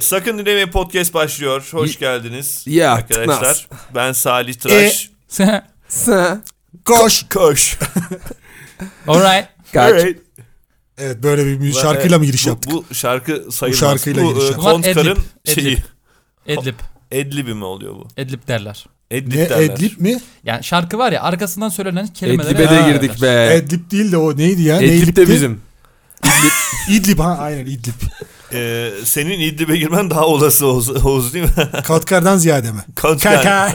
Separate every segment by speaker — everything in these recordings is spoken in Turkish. Speaker 1: Sakın Dinleme Podcast başlıyor. Hoş
Speaker 2: Y-
Speaker 1: geldiniz.
Speaker 2: Ya,
Speaker 1: Arkadaşlar ben Salih
Speaker 3: E,
Speaker 1: Tıraş.
Speaker 4: Sen-
Speaker 2: Sen
Speaker 3: Koş.
Speaker 1: Koş.
Speaker 4: Alright.
Speaker 2: kaç.
Speaker 1: Alright.
Speaker 3: Evet böyle bir mü-
Speaker 1: Bu-
Speaker 3: şarkıyla mı giriş
Speaker 1: bu,
Speaker 3: yaptık?
Speaker 1: Bu şarkı sayılmaz. Bu,
Speaker 3: şarkıyla
Speaker 1: e,
Speaker 3: giriş yaptık.
Speaker 1: Kontkar'ın
Speaker 4: Edlib,
Speaker 1: şeyi.
Speaker 4: Edlib.
Speaker 1: Edlib'i mi oluyor bu?
Speaker 4: Edlib derler.
Speaker 1: Edlib
Speaker 3: Ne
Speaker 1: derler.
Speaker 3: Edlib mi?
Speaker 4: Yani şarkı var ya arkasından söylenen kelimelere.
Speaker 2: Edlib'e de
Speaker 4: Ha.
Speaker 2: girdik be.
Speaker 3: Edlib değil de o neydi ya?
Speaker 2: Edlib
Speaker 3: Neylipti?
Speaker 2: de bizim.
Speaker 3: İdlib ha aynen İdlib.
Speaker 1: Ee, senin İdlib'e girmen daha olası Oğuz, Oğuz değil mi?
Speaker 3: Katkar'dan ziyade mi?
Speaker 1: Kontkar.
Speaker 3: Kaka.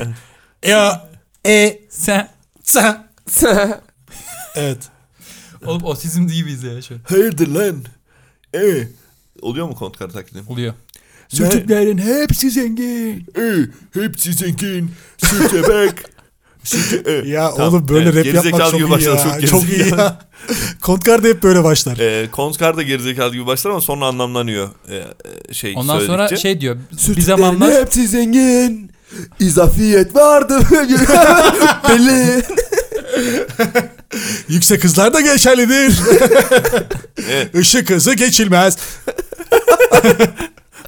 Speaker 3: Ya. E.
Speaker 4: Sen.
Speaker 3: Sa.
Speaker 2: Sen-
Speaker 3: Evet.
Speaker 4: Oğlum otizm değil biz ya şöyle.
Speaker 1: Hayırdır lan? Ee. Oluyor mu Kontkar takdim?
Speaker 4: Oluyor.
Speaker 1: Sütüklerin
Speaker 3: hepsi zengin.
Speaker 1: Ee, hepsi zengin. Süte bak. Süte, ee.
Speaker 3: Ya
Speaker 1: Tamam,
Speaker 3: oğlum böyle
Speaker 1: evet,
Speaker 3: rap
Speaker 1: gerizekalı
Speaker 3: yapmak çok
Speaker 1: gibi
Speaker 3: iyi,
Speaker 1: başladı,
Speaker 3: ya.
Speaker 1: çok
Speaker 3: Çok, iyi
Speaker 1: gerizekalı.
Speaker 3: ya. Kontkar da hep böyle başlar.
Speaker 1: Ee, Kontkar da gerizekalı gibi başlar ama sonra anlamlanıyor ee, e, şey
Speaker 4: Ondan sonra
Speaker 1: söyledikçe.
Speaker 4: şey diyor. bir
Speaker 2: Sütlerin
Speaker 4: zamanlar
Speaker 2: hepsi zengin. İzafiyet vardı. Belli.
Speaker 3: Yüksek hızlar da geçerlidir.
Speaker 1: Evet.
Speaker 3: Işık hızı geçilmez.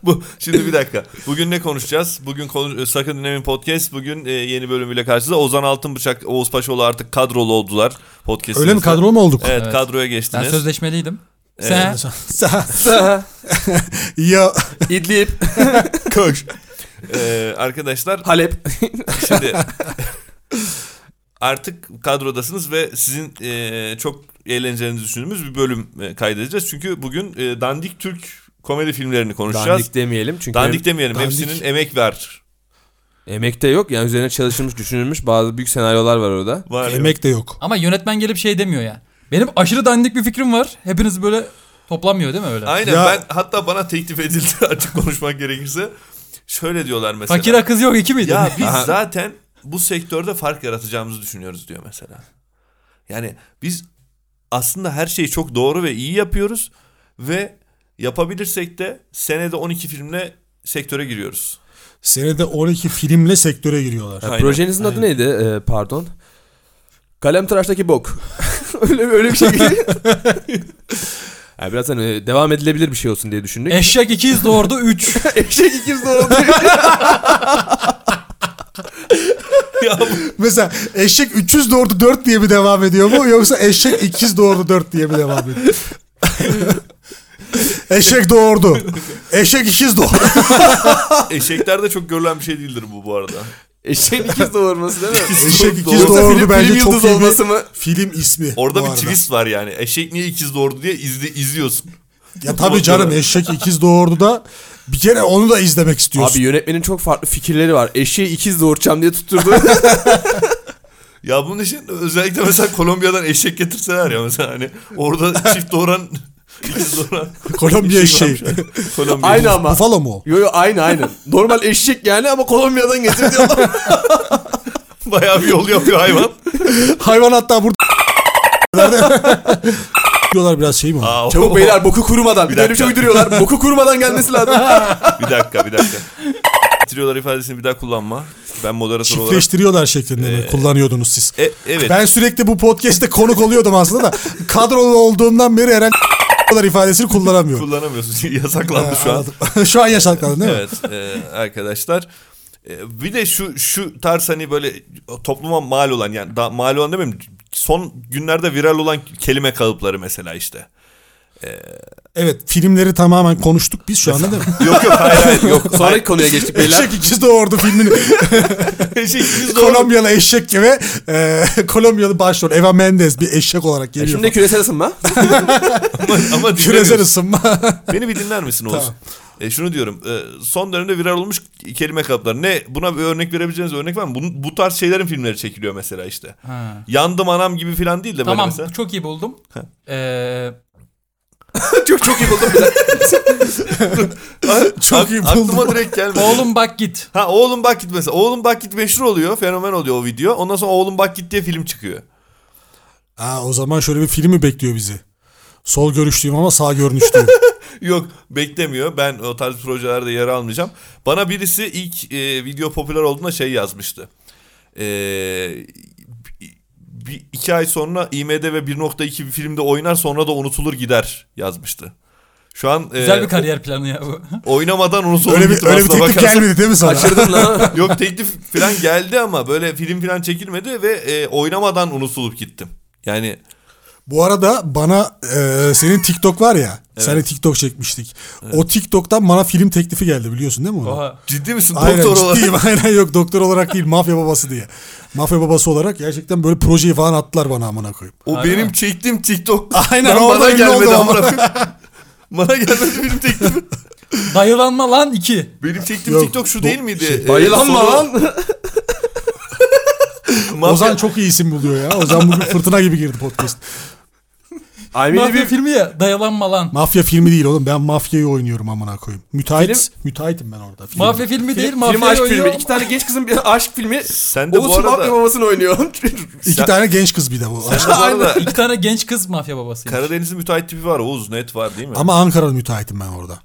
Speaker 1: Bu şimdi bir dakika. Bugün ne konuşacağız? Bugün konu- e, Sakın Dinlemeyin Podcast bugün e, yeni bölümüyle karşınızda. Ozan Altınbıçak, Oğuz Paşaoğlu artık kadrolu oldular podcast'imizde.
Speaker 3: Öyle mi kadro mu olduk?
Speaker 1: Evet,
Speaker 4: Evet.
Speaker 1: kadroya
Speaker 4: ben
Speaker 1: geçtiniz.
Speaker 4: sözleşmeliydim.
Speaker 1: Evet.
Speaker 4: Sen.
Speaker 3: Sa.
Speaker 2: Sen-
Speaker 3: Ya.
Speaker 2: İdlib.
Speaker 1: Koş. Ee, arkadaşlar
Speaker 2: Halep.
Speaker 1: şimdi artık kadrodasınız ve sizin e, çok eğleneceğinizi düşündüğümüz bir bölüm e, kaydedeceğiz. Çünkü bugün e, dandik Türk komedi filmlerini konuşacağız.
Speaker 2: Dandik demeyelim çünkü
Speaker 1: Dandik, demeyelim.
Speaker 3: Dandik.
Speaker 1: Hepsinin emek ver.
Speaker 2: em- emekte yok. Yani üzerine çalışılmış, düşünülmüş bazı büyük senaryolar var orada.
Speaker 1: Var.
Speaker 3: Emek de yok.
Speaker 4: Ama yönetmen gelip şey demiyor ya. Benim aşırı dandik bir fikrim var. Hepiniz böyle toplanmıyor değil mi öyle?
Speaker 1: Aynen
Speaker 3: Ya-
Speaker 1: ben hatta bana teklif edildi açık konuşmak gerekirse. Şöyle diyorlar mesela.
Speaker 4: Fakir kız yok iki miydi?
Speaker 1: ya biz
Speaker 2: Aha.
Speaker 1: zaten bu sektörde fark yaratacağımızı düşünüyoruz diyor mesela. Yani biz aslında her şeyi çok doğru ve iyi yapıyoruz ve yapabilirsek de senede 12 filmle sektöre giriyoruz.
Speaker 3: Senede 12 filmle sektöre giriyorlar.
Speaker 2: Ha,
Speaker 1: Aynen.
Speaker 2: projenizin adı neydi? Ee, pardon. Kalem tıraştaki bok. öyle, öyle bir şey. yani biraz hani devam edilebilir bir şey olsun diye düşündük.
Speaker 4: Eşek ikiz doğurdu 3.
Speaker 2: Eşek ikiz doğdu.
Speaker 1: ya bu-
Speaker 3: Mesela eşek 300 doğurdu 4 diye mi devam ediyor mu yoksa eşek 200 doğurdu 4 diye mi devam ediyor? eşek doğurdu. Eşek 200 doğurdu.
Speaker 1: eşeklerde çok görülen bir şey değildir bu bu arada.
Speaker 2: Eşeğin ikiz doğurması değil mi?
Speaker 3: Eşek
Speaker 1: Doğru.
Speaker 3: 200 doğurdu
Speaker 2: film-
Speaker 3: bence
Speaker 2: film
Speaker 3: çok
Speaker 2: yıldızı
Speaker 3: iyi
Speaker 2: olması
Speaker 3: bir
Speaker 2: mı?
Speaker 3: film ismi. bu
Speaker 1: Orada bir
Speaker 3: arada.
Speaker 1: twist var yani. Eşek niye ikiz doğurdu diye izle, izliyorsun.
Speaker 3: Ya tabii canım eşek ikiz doğurdu da bir kere onu da izlemek istiyorsun.
Speaker 2: Abi yönetmenin çok farklı fikirleri var. Eşeği ikiz doğuracağım diye tutturdu.
Speaker 1: Ya bunun için özellikle mesela Kolombiya'dan eşek getirseler ya mesela hani orada çift doğuran ikiz doğuran
Speaker 3: Kolombiya
Speaker 1: eşek
Speaker 3: eşeği.
Speaker 1: varmış. Kolombiya.
Speaker 2: aynı ama.
Speaker 3: Buffalo mu? o?
Speaker 2: Yo yo aynı aynı. Normal eşek yani ama Kolombiya'dan getirdi.
Speaker 1: Bayağı bir yol yapıyor hayvan.
Speaker 3: Hayvan hatta burada diyorlar biraz şey mi? o?
Speaker 1: Aa, oh.
Speaker 2: Çabuk beyler boku kurumadan. Bir,
Speaker 1: Bir
Speaker 2: de öyle bir şey
Speaker 1: dakika.
Speaker 2: uyduruyorlar. Boku kurumadan gelmesi lazım.
Speaker 1: Bir dakika bir dakika. Bitiriyorlar ifadesini bir daha kullanma. Ben moderatör olarak.
Speaker 3: Çiftleştiriyorlar şeklinde
Speaker 1: Ee,
Speaker 3: mi? kullanıyordunuz siz.
Speaker 1: E, evet.
Speaker 3: Ben sürekli bu podcast'te konuk oluyordum aslında da kadrolu olduğumdan beri herhangi ifadesini kullanamıyorum.
Speaker 1: Kullanamıyorsun. Yasaklandı şu an.
Speaker 3: Anladım. şu an yasaklandı değil mi?
Speaker 1: Evet e, arkadaşlar. E, bir de şu şu tarz hani böyle topluma mal olan yani da, mal olan demeyeyim son günlerde viral olan kelime kalıpları mesela işte.
Speaker 3: Evet filmleri tamamen konuştuk biz şu anda değil mi?
Speaker 1: Yok yok hayır hayır yok.
Speaker 2: Sonraki konuya geçtik beyler.
Speaker 3: Eşek ikiz doğurdu filmini.
Speaker 1: Eşek ikiz Şey, doğru.
Speaker 3: Kolombiyalı eşek gibi. E, Kolombiyalı başrol Eva Mendes bir eşek olarak geliyor.
Speaker 2: Şimdi küresel ısınma.
Speaker 1: ama, ama
Speaker 3: Küresel
Speaker 1: dinlemiyorsun.
Speaker 3: ısınma.
Speaker 1: Beni bir dinler misin Oğuz?
Speaker 3: Tamam.
Speaker 1: E, şunu diyorum. e, son dönemde viral olmuş kelime kalıpları. Ne buna bir örnek verebileceğiniz örnek var mı? Bunun, bu tarz şeylerin filmleri çekiliyor mesela işte.
Speaker 4: Ha.
Speaker 1: Yandım anam gibi falan değil de böyle
Speaker 4: Tamam
Speaker 1: mesela.
Speaker 4: çok iyi buldum. Ee,
Speaker 2: çok çok iyi buldum bir dakika.
Speaker 3: Çok iyi
Speaker 1: Aklıma
Speaker 3: buldum.
Speaker 1: direkt gelmedi.
Speaker 4: oğlum bak git.
Speaker 1: Ha oğlum bak git mesela. Oğlum bak git meşhur oluyor. Fenomen oluyor o video. Ondan sonra oğlum bak git diye film çıkıyor.
Speaker 3: Aa, o zaman şöyle bir film mi bekliyor bizi? Sol görüştüğüm ama sağ görünüştüğüm.
Speaker 1: Yok beklemiyor. Ben o tarz projelerde yer almayacağım. Bana birisi ilk e, video popüler olduğunda şey yazmıştı. E, bi- bi- iki ay sonra IMDb 1.2 bir filmde oynar sonra da unutulur gider yazmıştı. Şu an e,
Speaker 4: Güzel bir kariyer planı ya bu.
Speaker 1: oynamadan onu
Speaker 3: Öyle bir,
Speaker 1: sormuştum
Speaker 3: öyle bir
Speaker 1: aslına
Speaker 3: teklif
Speaker 1: bakarsan.
Speaker 3: gelmedi değil mi sana?
Speaker 2: Kaçırdın lan.
Speaker 1: Yok teklif falan geldi ama böyle film falan çekilmedi ve e, oynamadan unutulup gittim. Yani
Speaker 3: Bu arada bana e, senin TikTok var ya. Seninle TikTok çekmiştik. O TikTok'tan bana film teklifi geldi biliyorsun değil mi onu?
Speaker 4: Oha.
Speaker 1: ciddi misin
Speaker 3: Aynen
Speaker 1: doktor olarak?
Speaker 3: ciddiyim aynen yok doktor olarak değil mafya babası diye. Mafya babası olarak gerçekten böyle projeyi falan attılar bana amına koyayım.
Speaker 1: O
Speaker 4: Aynen.
Speaker 1: benim çektiğim TikTok.
Speaker 3: Aynen,
Speaker 1: Lan
Speaker 3: orada
Speaker 1: bana
Speaker 3: ünlü oldu
Speaker 1: gelmedi
Speaker 3: ama.
Speaker 1: amına koyayım. Bana gelmedi benim teklifi.
Speaker 4: Dayılanma lan 2.
Speaker 1: Benim çektiğim
Speaker 3: Yok,
Speaker 1: TikTok şu
Speaker 3: do-
Speaker 1: değil miydi?
Speaker 3: şey,
Speaker 1: Ee,
Speaker 2: Bayılanma
Speaker 1: soru-
Speaker 2: lan.
Speaker 1: Mafya-
Speaker 3: Ozan çok iyi isim buluyor ya. Ozan bugün fırtına gibi girdi podcast.
Speaker 2: Aymeni
Speaker 4: Mafya
Speaker 2: bir
Speaker 4: filmi ya dayılanma lan.
Speaker 3: Mafya filmi değil oğlum ben mafyayı oynuyorum amına koyayım. Müteahhit,
Speaker 2: Film-
Speaker 3: müteahhitim ben orada. Film.
Speaker 4: Mafya filmi değil
Speaker 2: film
Speaker 4: mafya
Speaker 2: aşk
Speaker 4: oynuyor.
Speaker 2: filmi. İki tane genç kızın bir aşk filmi.
Speaker 1: Sen de bu
Speaker 2: Oğuz mafya
Speaker 1: arada,
Speaker 2: babasını oynuyor.
Speaker 3: İki
Speaker 1: Sen-
Speaker 3: tane genç kız bir de bu.
Speaker 1: sen de bu arada
Speaker 4: İki tane genç kız mafya babası.
Speaker 1: Karadeniz'in müteahhit tipi var. Oğuz net var değil mi?
Speaker 3: Ama Ankara'lı müteahhitim ben orada.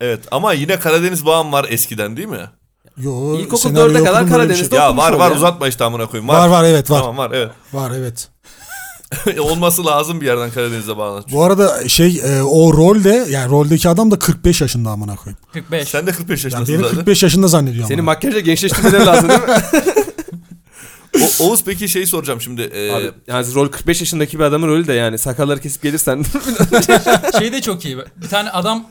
Speaker 1: Evet ama yine Karadeniz bağım var eskiden değil mi?
Speaker 3: Yo,
Speaker 2: İlkokul
Speaker 3: senaryo
Speaker 2: dörde kadar
Speaker 3: okudum, böyle bir
Speaker 2: Karadeniz'de-
Speaker 3: şey.
Speaker 1: Ya
Speaker 2: okumuş
Speaker 1: var
Speaker 2: ol
Speaker 1: var
Speaker 2: ya.
Speaker 1: uzatma işte amına koyayım. Var
Speaker 3: Var var evet var.
Speaker 1: Tamam var evet.
Speaker 3: Var evet.
Speaker 1: Olması lazım bir yerden Karadeniz'e bağlanacak.
Speaker 3: Bu arada şey e, o rolde yani roldeki adam da 45 yaşında amına koyayım.
Speaker 4: 45.
Speaker 1: Sen de 45
Speaker 3: Yani
Speaker 1: yaşındasın
Speaker 3: beni
Speaker 1: zaten.
Speaker 3: 45 yaşında zannediyor
Speaker 2: Senin
Speaker 3: amına.
Speaker 2: makyajla gençleştirmeleri lazım değil mi?
Speaker 1: O- Oğuz peki şey soracağım şimdi. Ee,
Speaker 2: Abi, yani rol 45 yaşındaki bir adamın rolü de yani sakalları kesip gelirsen.
Speaker 4: Şey de çok iyi. Bir tane adam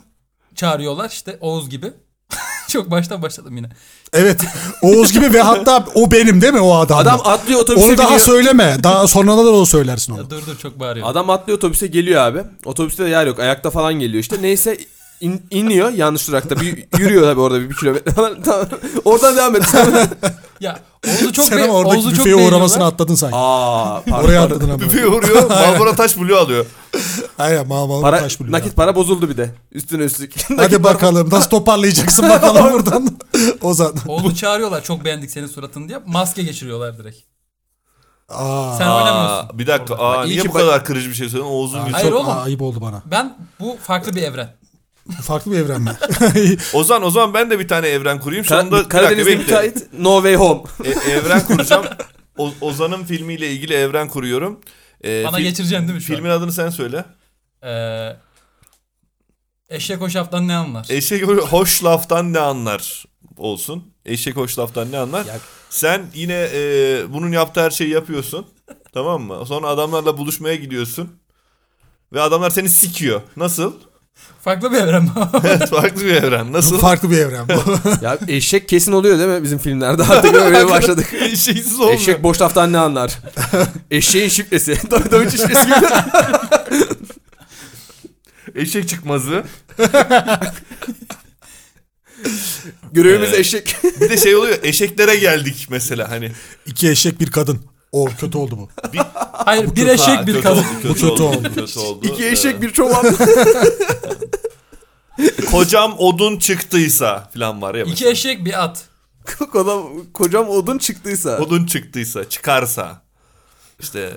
Speaker 4: çağırıyorlar işte Oğuz gibi. çok baştan başladım yine.
Speaker 3: Evet. Oğuz gibi ve hatta o benim değil mi o adam?
Speaker 2: Adam atlıyor otobüse
Speaker 3: onu daha
Speaker 2: biniyor.
Speaker 3: söyleme. Daha sonradan da onu söylersin onu.
Speaker 4: Ya dur dur çok bağırıyor.
Speaker 2: Adam atlıyor otobüse geliyor abi. Otobüste de yer yok. Ayakta falan geliyor işte. Neyse in- iniyor yanlış durakta. Bir yürüyor tabii orada bir, bir kilometre falan. Tamam. Oradan devam et.
Speaker 4: Ya Oğuz'u çok
Speaker 3: Sen
Speaker 4: be-
Speaker 3: ama oradaki
Speaker 4: Oğuz'u çok
Speaker 3: büfeye uğramasını
Speaker 4: beğeniyorlar.
Speaker 3: atladın sanki.
Speaker 2: Aa, pardon,
Speaker 3: Oraya
Speaker 2: pardon.
Speaker 3: atladın ama.
Speaker 1: Büfeye vuruyor. Marlboro taş buluyor alıyor.
Speaker 3: Aynen mal mal
Speaker 2: Para,
Speaker 3: taş buluyor.
Speaker 2: nakit para bozuldu bir de. Üstüne üstlük. Nakit
Speaker 3: Hadi
Speaker 2: para-
Speaker 3: bakalım nasıl toparlayacaksın bakalım buradan. Ozan.
Speaker 4: Oğuz'u çağırıyorlar çok beğendik senin suratını diye. Maske geçiriyorlar direkt.
Speaker 3: Aa,
Speaker 4: Sen oynamıyorsun.
Speaker 1: Aa, bir dakika. Aa,
Speaker 2: iyi
Speaker 1: niye
Speaker 2: ki
Speaker 1: bu
Speaker 2: bak-
Speaker 1: kadar kırıcı bir şey söyledin? Oğuz'un yüzü.
Speaker 4: Hayır
Speaker 3: çok
Speaker 4: oğlum.
Speaker 3: ayıp oldu bana.
Speaker 4: Ben bu farklı bir evren.
Speaker 3: Farklı bir evren mi?
Speaker 1: Ozan o zaman ben de bir tane evren kurayım.
Speaker 2: Kara-
Speaker 1: Sonunda bir dakika
Speaker 2: Karadeniz'de
Speaker 1: bekle.
Speaker 2: müteahhit No Way Home.
Speaker 1: E, evren kuracağım. O- Ozan'ın filmiyle ilgili evren kuruyorum. E,
Speaker 4: Bana
Speaker 1: fil-
Speaker 4: geçireceksin değil mi şu
Speaker 1: Filmin adını sen söyle.
Speaker 4: an? Ee, eşek hoşaftan ne anlar?
Speaker 1: Eşek hoş laftan ne anlar olsun. Eşek hoş laftan ne anlar.
Speaker 2: Ya-
Speaker 1: Sen yine e, bunun yaptığı her şeyi yapıyorsun. Tamam mı? Sonra adamlarla buluşmaya gidiyorsun. Ve adamlar seni sikiyor. Nasıl?
Speaker 4: farklı bir evren mi?
Speaker 1: Evet, farklı bir evren. Nasıl?
Speaker 3: Farklı bir evren bu.
Speaker 2: ya eşek kesin oluyor değil mi bizim filmlerde? Artık öyle başladık.
Speaker 1: Eşeksiz olmuyor.
Speaker 2: Eşek boş laftan ne anlar? Eşeğin şifresi. Davuç şifresi gibi.
Speaker 1: Eşek çıkmazı.
Speaker 2: Görevimiz
Speaker 1: Ee,
Speaker 2: eşek.
Speaker 1: Bir de şey oluyor. Eşeklere geldik mesela hani.
Speaker 3: İki eşek bir kadın. O kötü oldu bu.
Speaker 4: Hayır bir
Speaker 1: Kötü-
Speaker 4: eşek
Speaker 1: ha,
Speaker 4: bir
Speaker 1: kötü
Speaker 4: kadın.
Speaker 1: oldu,
Speaker 3: Bu kötü oldu.
Speaker 1: Kötü oldu.
Speaker 2: İki
Speaker 1: Evet.
Speaker 2: eşek bir çoban.
Speaker 1: Kocam odun çıktıysa falan var ya.
Speaker 4: İki
Speaker 1: mesela.
Speaker 4: eşek bir at.
Speaker 2: Kocam, kocam odun çıktıysa.
Speaker 1: Odun çıktıysa, çıkarsa. İşte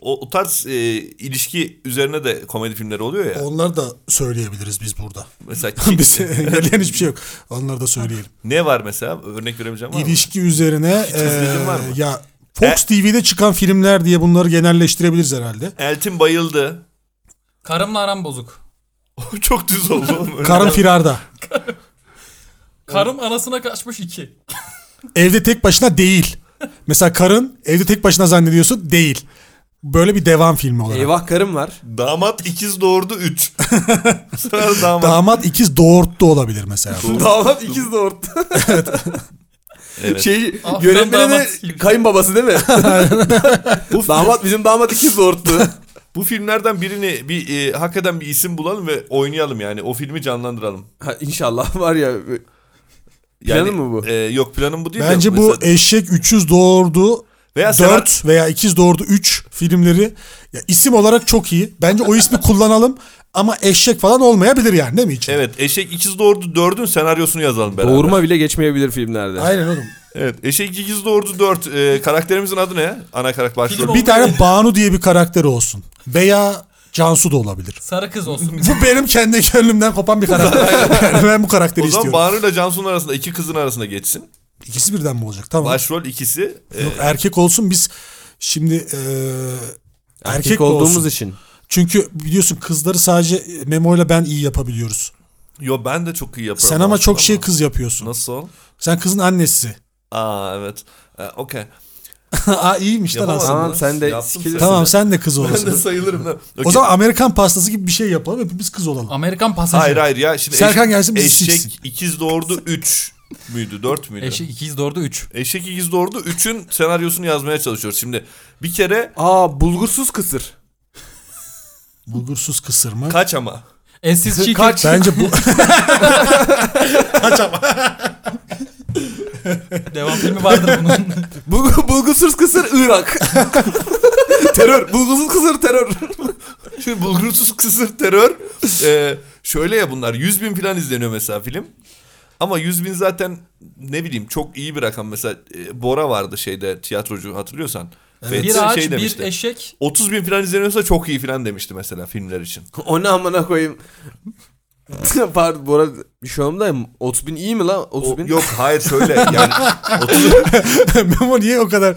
Speaker 1: o, o tarz e, ilişki üzerine de komedi filmleri oluyor ya.
Speaker 3: Onları da söyleyebiliriz biz burada.
Speaker 1: Mesela ki-
Speaker 3: biz engelleyen hiçbir şey yok. Onları da söyleyelim.
Speaker 1: ne var mesela? Örnek verebileceğim var mı?
Speaker 3: İlişki üzerine
Speaker 1: izledin
Speaker 3: eee,
Speaker 1: var mı? E-
Speaker 3: ya Fox TV'de çıkan filmler diye bunları genelleştirebiliriz herhalde.
Speaker 1: Eltim bayıldı.
Speaker 4: Karımla aram bozuk.
Speaker 1: Çok düz oldu. oğlum.
Speaker 3: Karın firarda.
Speaker 4: Karım anasına kaçmış iki.
Speaker 3: Evde tek başına değil. Mesela karın evde tek başına zannediyorsun değil. Böyle bir devam filmi olarak.
Speaker 2: Eyvah karım var.
Speaker 1: Damat ikiz doğurdu 3. Sonra damat.
Speaker 3: Damat ikiz doğurttu olabilir mesela.
Speaker 2: Damat ikiz de orta.
Speaker 1: Evet.
Speaker 2: Şey,
Speaker 4: Ah, ben
Speaker 2: yönetmeni
Speaker 4: damat
Speaker 2: de
Speaker 4: gibi.
Speaker 2: kayınbabası değil mi?
Speaker 1: Bu,
Speaker 2: damat bizim damat ikiz de orta.
Speaker 1: bu filmlerden birini bir e, hakikaten bir isim bulalım ve oynayalım yani. O filmi canlandıralım.
Speaker 2: Ha, İnşallah var ya.
Speaker 1: Yani,
Speaker 2: Planın mı bu?
Speaker 1: e, yok planım bu değil. de
Speaker 3: Bence bu
Speaker 1: mesela-
Speaker 3: eşek üçüz doğurdu.
Speaker 1: veya senar-
Speaker 3: 4 veya ikiz doğurdu 3 filmleri ya isim olarak çok iyi. Bence o ismi kullanalım ama eşek falan olmayabilir yani değil mi hiç?
Speaker 1: Evet eşek ikiz doğurdu dördün senaryosunu yazalım beraber.
Speaker 2: Doğurma bile geçmeyebilir filmlerde.
Speaker 3: Aynen oğlum.
Speaker 1: Evet eşek ikiz doğurdu dört. E, karakterimizin adı ne? Ana karakter başrol.
Speaker 4: Film
Speaker 3: Bir tane Banu diye bir karakteri olsun. Veya Cansu da olabilir.
Speaker 4: Sarı kız olsun.
Speaker 3: Bu benim kendi gönlümden kopan bir karakter. Yani ben bu karakteri
Speaker 1: O zaman
Speaker 3: istiyorum.
Speaker 1: Banu ile Cansu'nun arasında iki kızın arasında geçsin.
Speaker 3: İkisi birden mi olacak? Tamam.
Speaker 1: Başrol ikisi. e,
Speaker 3: Yok, erkek olsun biz şimdi eee, erkek,
Speaker 2: Erkek olduğumuz
Speaker 3: olsun.
Speaker 2: için.
Speaker 3: Çünkü biliyorsun kızları sadece memoyla ben iyi yapabiliyoruz.
Speaker 1: Yo ben de çok iyi yaparım.
Speaker 3: Sen ama çok
Speaker 1: aslında
Speaker 3: şey kız yapıyorsun.
Speaker 1: Nasıl?
Speaker 3: Sen kızın annesi.
Speaker 1: Aa evet. Ee, Okey.
Speaker 3: Aa iyiymiş lan
Speaker 1: Yapamadım.
Speaker 3: aslında.
Speaker 2: Tamam sen de
Speaker 1: Yaptım
Speaker 2: sikilirsin.
Speaker 3: Tamam sen de kız
Speaker 1: Ben de
Speaker 3: olasın.
Speaker 1: sayılırım. da.
Speaker 3: O
Speaker 1: Okey.
Speaker 3: zaman Amerikan pastası gibi bir şey yapalım hepimiz kız olalım.
Speaker 4: Amerikan pasajı.
Speaker 1: Hayır hayır ya. Şimdi
Speaker 3: Serkan gelsin, bizi
Speaker 1: Eşek
Speaker 3: siksin.
Speaker 1: ikiz doğurdu 3 müydü 4 müydü?
Speaker 4: Eşek ikiz doğurdu 3.
Speaker 1: Eşek ikiz doğurdu 3'ün senaryosunu yazmaya çalışıyoruz. Şimdi bir kere
Speaker 2: Aa bulgursuz kısır.
Speaker 3: Bulgursuz kısır mı?
Speaker 1: kaç ama.
Speaker 4: Eşsiz çiğ
Speaker 2: Kaç?
Speaker 3: Bence bu
Speaker 4: Devam filmi vardır bunun.
Speaker 2: Bul- bulgursuz kısır Irak. terör. Bulgursuz kısır terör.
Speaker 1: Şimdi bulgursuz kısır terör. Ee, şöyle ya bunlar 100 bin falan izleniyor mesela film. Ama 100 bin zaten ne bileyim çok iyi bir rakam. Mesela e, Bora vardı şeyde tiyatrocu hatırlıyorsan. Fethi
Speaker 4: bir ağaç, bir
Speaker 1: şey demişti.
Speaker 4: eşek.
Speaker 1: 30 bin falan izleniyorsa çok iyi falan demişti mesela filmler için.
Speaker 2: O ne amına koyayım. Pardon bu arada şey şu anda 30 bin iyi mi lan? 30
Speaker 1: O-
Speaker 2: bin.
Speaker 1: yok hayır şöyle yani 30,
Speaker 3: Memo niye o kadar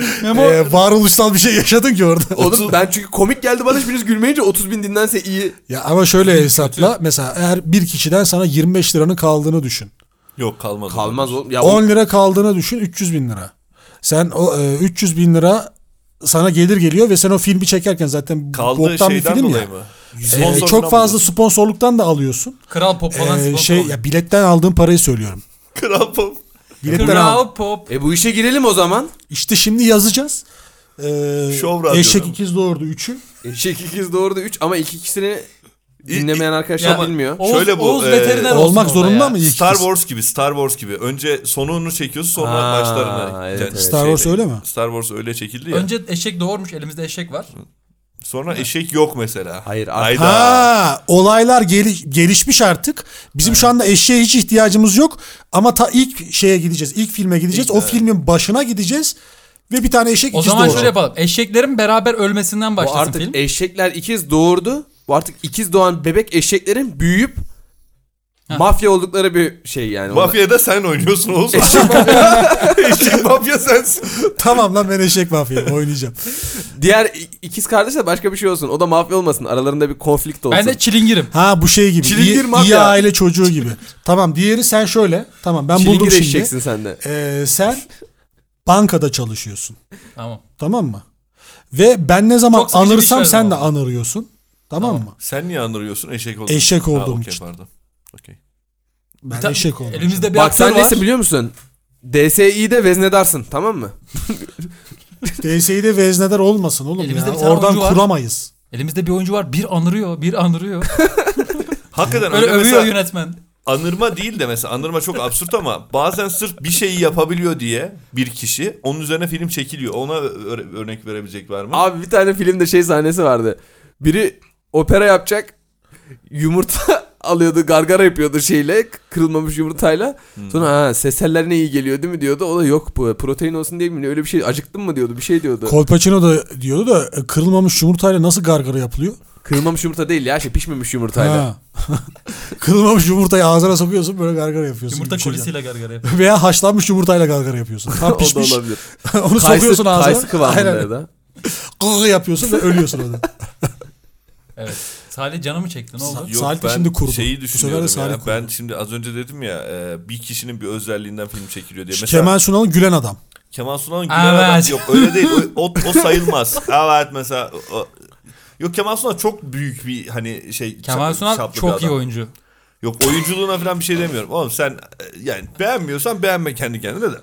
Speaker 3: e, varoluşsal bir şey yaşadın ki orada?
Speaker 2: Oğlum ben çünkü komik geldi bana hiçbiriniz gülmeyince 30 bin dinlense iyi.
Speaker 3: Ya ama şöyle hesapla mesela eğer bir kişiden sana 25 liranın kaldığını düşün.
Speaker 1: yok kalmadı.
Speaker 2: Kalmaz oğlum. Ya
Speaker 3: 10 lira kaldığını düşün 300 bin lira. Sen o e, 300 bin lira sana gelir geliyor ve sen o filmi çekerken zaten
Speaker 1: Kaldığı
Speaker 3: boktan bir
Speaker 1: şeyden
Speaker 3: film ya.
Speaker 1: dolayı mı?
Speaker 3: E, çok fazla sponsorluktan da alıyorsun.
Speaker 4: Kral pop falan.
Speaker 3: E,
Speaker 4: sponsor
Speaker 3: şey
Speaker 4: oldu.
Speaker 3: ya biletten aldığın parayı söylüyorum.
Speaker 1: Krampım.
Speaker 3: Biletten al.
Speaker 4: Kral pop.
Speaker 2: E bu işe girelim o zaman.
Speaker 3: İşte şimdi yazacağız. E,
Speaker 1: Şov radyo
Speaker 3: Eşek
Speaker 1: değil mi?
Speaker 3: ikiz doğurdu üçü.
Speaker 2: Eşek ikiz doğurdu 3 ama iki ikisini dinlemeyen arkadaşlar
Speaker 1: Ya-
Speaker 2: bilmiyor.
Speaker 4: Oğuz,
Speaker 1: Şey Şöyle bu,
Speaker 4: Oğuz
Speaker 1: e,
Speaker 4: veteriner olsun
Speaker 3: Olmak
Speaker 4: orada
Speaker 3: zorunda
Speaker 4: ya.
Speaker 3: mı? iki
Speaker 1: Star
Speaker 3: kız?
Speaker 1: Wars gibi, Star Wars gibi. Önce sonunu çekiyorsun sonra
Speaker 2: Ha,
Speaker 1: başlarını.
Speaker 2: evet, evet.
Speaker 3: Star Wars öyle mi?
Speaker 1: Star Wars öyle çekildi ya.
Speaker 4: Önce eşek doğurmuş. Elimizde eşek var.
Speaker 1: Sonra eşek yok mesela.
Speaker 2: Hayır, artık-
Speaker 1: Hayda.
Speaker 3: Ha, olaylar geli- gelişmiş artık. Bizim şu anda eşeğe hiç ihtiyacımız yok. Ama ta ilk şeye gideceğiz. ilk filme gideceğiz. o filmin başına gideceğiz. Ve bir tane eşek
Speaker 4: O
Speaker 3: ikiz
Speaker 4: zaman
Speaker 3: doğuracak.
Speaker 4: şöyle yapalım. Eşeklerin beraber ölmesinden
Speaker 2: Bu
Speaker 4: başlasın
Speaker 2: artık
Speaker 4: film.
Speaker 2: eşekler ikiz doğurdu. Bu artık ikiz doğan bebek eşeklerin büyüyüp mafya oldukları bir şey yani.
Speaker 1: Mafyada sen oynuyorsun Oğuz. eşek mafya sensin.
Speaker 3: Tamam lan ben eşek mafyayım oynayacağım.
Speaker 2: Diğer i- ikiz kardeş de başka bir şey olsun. O da mafya olmasın. Aralarında bir konflikt olsun.
Speaker 4: Ben de çilingirim.
Speaker 3: Ha bu şey gibi.
Speaker 2: Çilingir
Speaker 3: iyi,
Speaker 2: mafya.
Speaker 3: iyi aile çocuğu gibi. Tamam diğeri sen şöyle. Tamam ben buldum
Speaker 2: Çilingir
Speaker 3: şimdi.
Speaker 2: eşeksin sen de.
Speaker 3: Ee, sen bankada çalışıyorsun.
Speaker 4: Tamam.
Speaker 3: Tamam mı? Ve ben ne zaman
Speaker 4: Çok sıkıcı bir
Speaker 3: anırsam
Speaker 4: işler
Speaker 3: sen de
Speaker 4: ama.
Speaker 3: anırıyorsun. Tamam, mı?
Speaker 1: Sen niye anırıyorsun eşek olduğun
Speaker 3: Eşek
Speaker 1: Ha,
Speaker 3: olduğum
Speaker 1: okey,
Speaker 3: için.
Speaker 1: pardon. Okey.
Speaker 3: Ben
Speaker 4: Ta-
Speaker 3: Hani eşek oldum.
Speaker 4: Elimizde bir
Speaker 2: Bak
Speaker 4: aktör
Speaker 2: sen
Speaker 4: var.
Speaker 2: nesi biliyor musun? DSİ'de veznedarsın tamam mı?
Speaker 3: DS'yi de veznedar olmasın oğlum
Speaker 4: Elimizde
Speaker 3: ya.
Speaker 4: bir tane
Speaker 3: Oradan
Speaker 4: oyuncu var.
Speaker 3: kuramayız.
Speaker 4: Elimizde bir oyuncu var. Bir anırıyor. Bir anırıyor.
Speaker 1: Hakikaten
Speaker 4: Öyle
Speaker 1: öyle,
Speaker 4: övüyor
Speaker 1: mesela
Speaker 4: yönetmen.
Speaker 1: anırma değil de mesela anırma çok absürt ama bazen sırf bir şeyi yapabiliyor diye bir kişi onun üzerine film çekiliyor. Ona ö- örnek verebilecek var mı?
Speaker 2: Abi bir tane filmde şey sahnesi vardı. Biri opera yapacak. Yumurta alıyordu, gargara yapıyordu şeyle, kırılmamış yumurtayla.
Speaker 3: Hmm.
Speaker 2: Sonra ha sesellerine iyi geliyor değil mi diyordu. O da yok bu protein olsun diye mi ne, öyle bir şey acıktın mı diyordu. Bir şey diyordu.
Speaker 3: Kolpaçino da diyordu da e, kırılmamış yumurtayla nasıl gargara yapılıyor?
Speaker 2: kırılmamış yumurta değil ya şey pişmemiş yumurtayla.
Speaker 3: Ha. kırılmamış yumurtayı ağzına sokuyorsun böyle gargara yapıyorsun.
Speaker 4: Yumurta
Speaker 3: gibi bir şey
Speaker 4: kolisiyle gargara yapıyor.
Speaker 3: Veya haşlanmış yumurtayla gargara yapıyorsun. Tam
Speaker 2: o da
Speaker 3: pişmiş.
Speaker 2: olabilir.
Speaker 3: Onu
Speaker 2: Kayısı,
Speaker 3: sokuyorsun ağzına.
Speaker 2: kayısı kıvamında
Speaker 3: Aynen.
Speaker 2: ya da.
Speaker 3: Gıgı yapıyorsun ve ölüyorsun orada.
Speaker 4: Evet. Salih canımı çekti. Ne oldu?
Speaker 1: Yok,
Speaker 3: Salih de
Speaker 1: ben
Speaker 3: şimdi kurdu.
Speaker 1: Şeyi
Speaker 3: Bu sefer de
Speaker 1: düşünüyorum
Speaker 3: Salih
Speaker 1: ya.
Speaker 3: kurdu.
Speaker 1: Ben şimdi az önce dedim ya e, bir kişinin bir özelliğinden film çekiliyor diye.
Speaker 3: Şu
Speaker 1: Mesela
Speaker 3: Kemal Sunal'ın gülen adam.
Speaker 1: Kemal Sunal'ın gülen adam
Speaker 4: Evet.
Speaker 1: yok öyle değil. O, o, o sayılmaz. evet mesela o- Yok Kemal Sunal çok büyük bir hani şey
Speaker 4: Kemal
Speaker 1: çap-
Speaker 4: Sunal
Speaker 1: çaplı bir
Speaker 4: çok iyi
Speaker 1: adam.
Speaker 4: oyuncu.
Speaker 1: Yok oyunculuğuna falan bir şey demiyorum. Oğlum sen e, yani beğenmiyorsan beğenme kendi kendine de.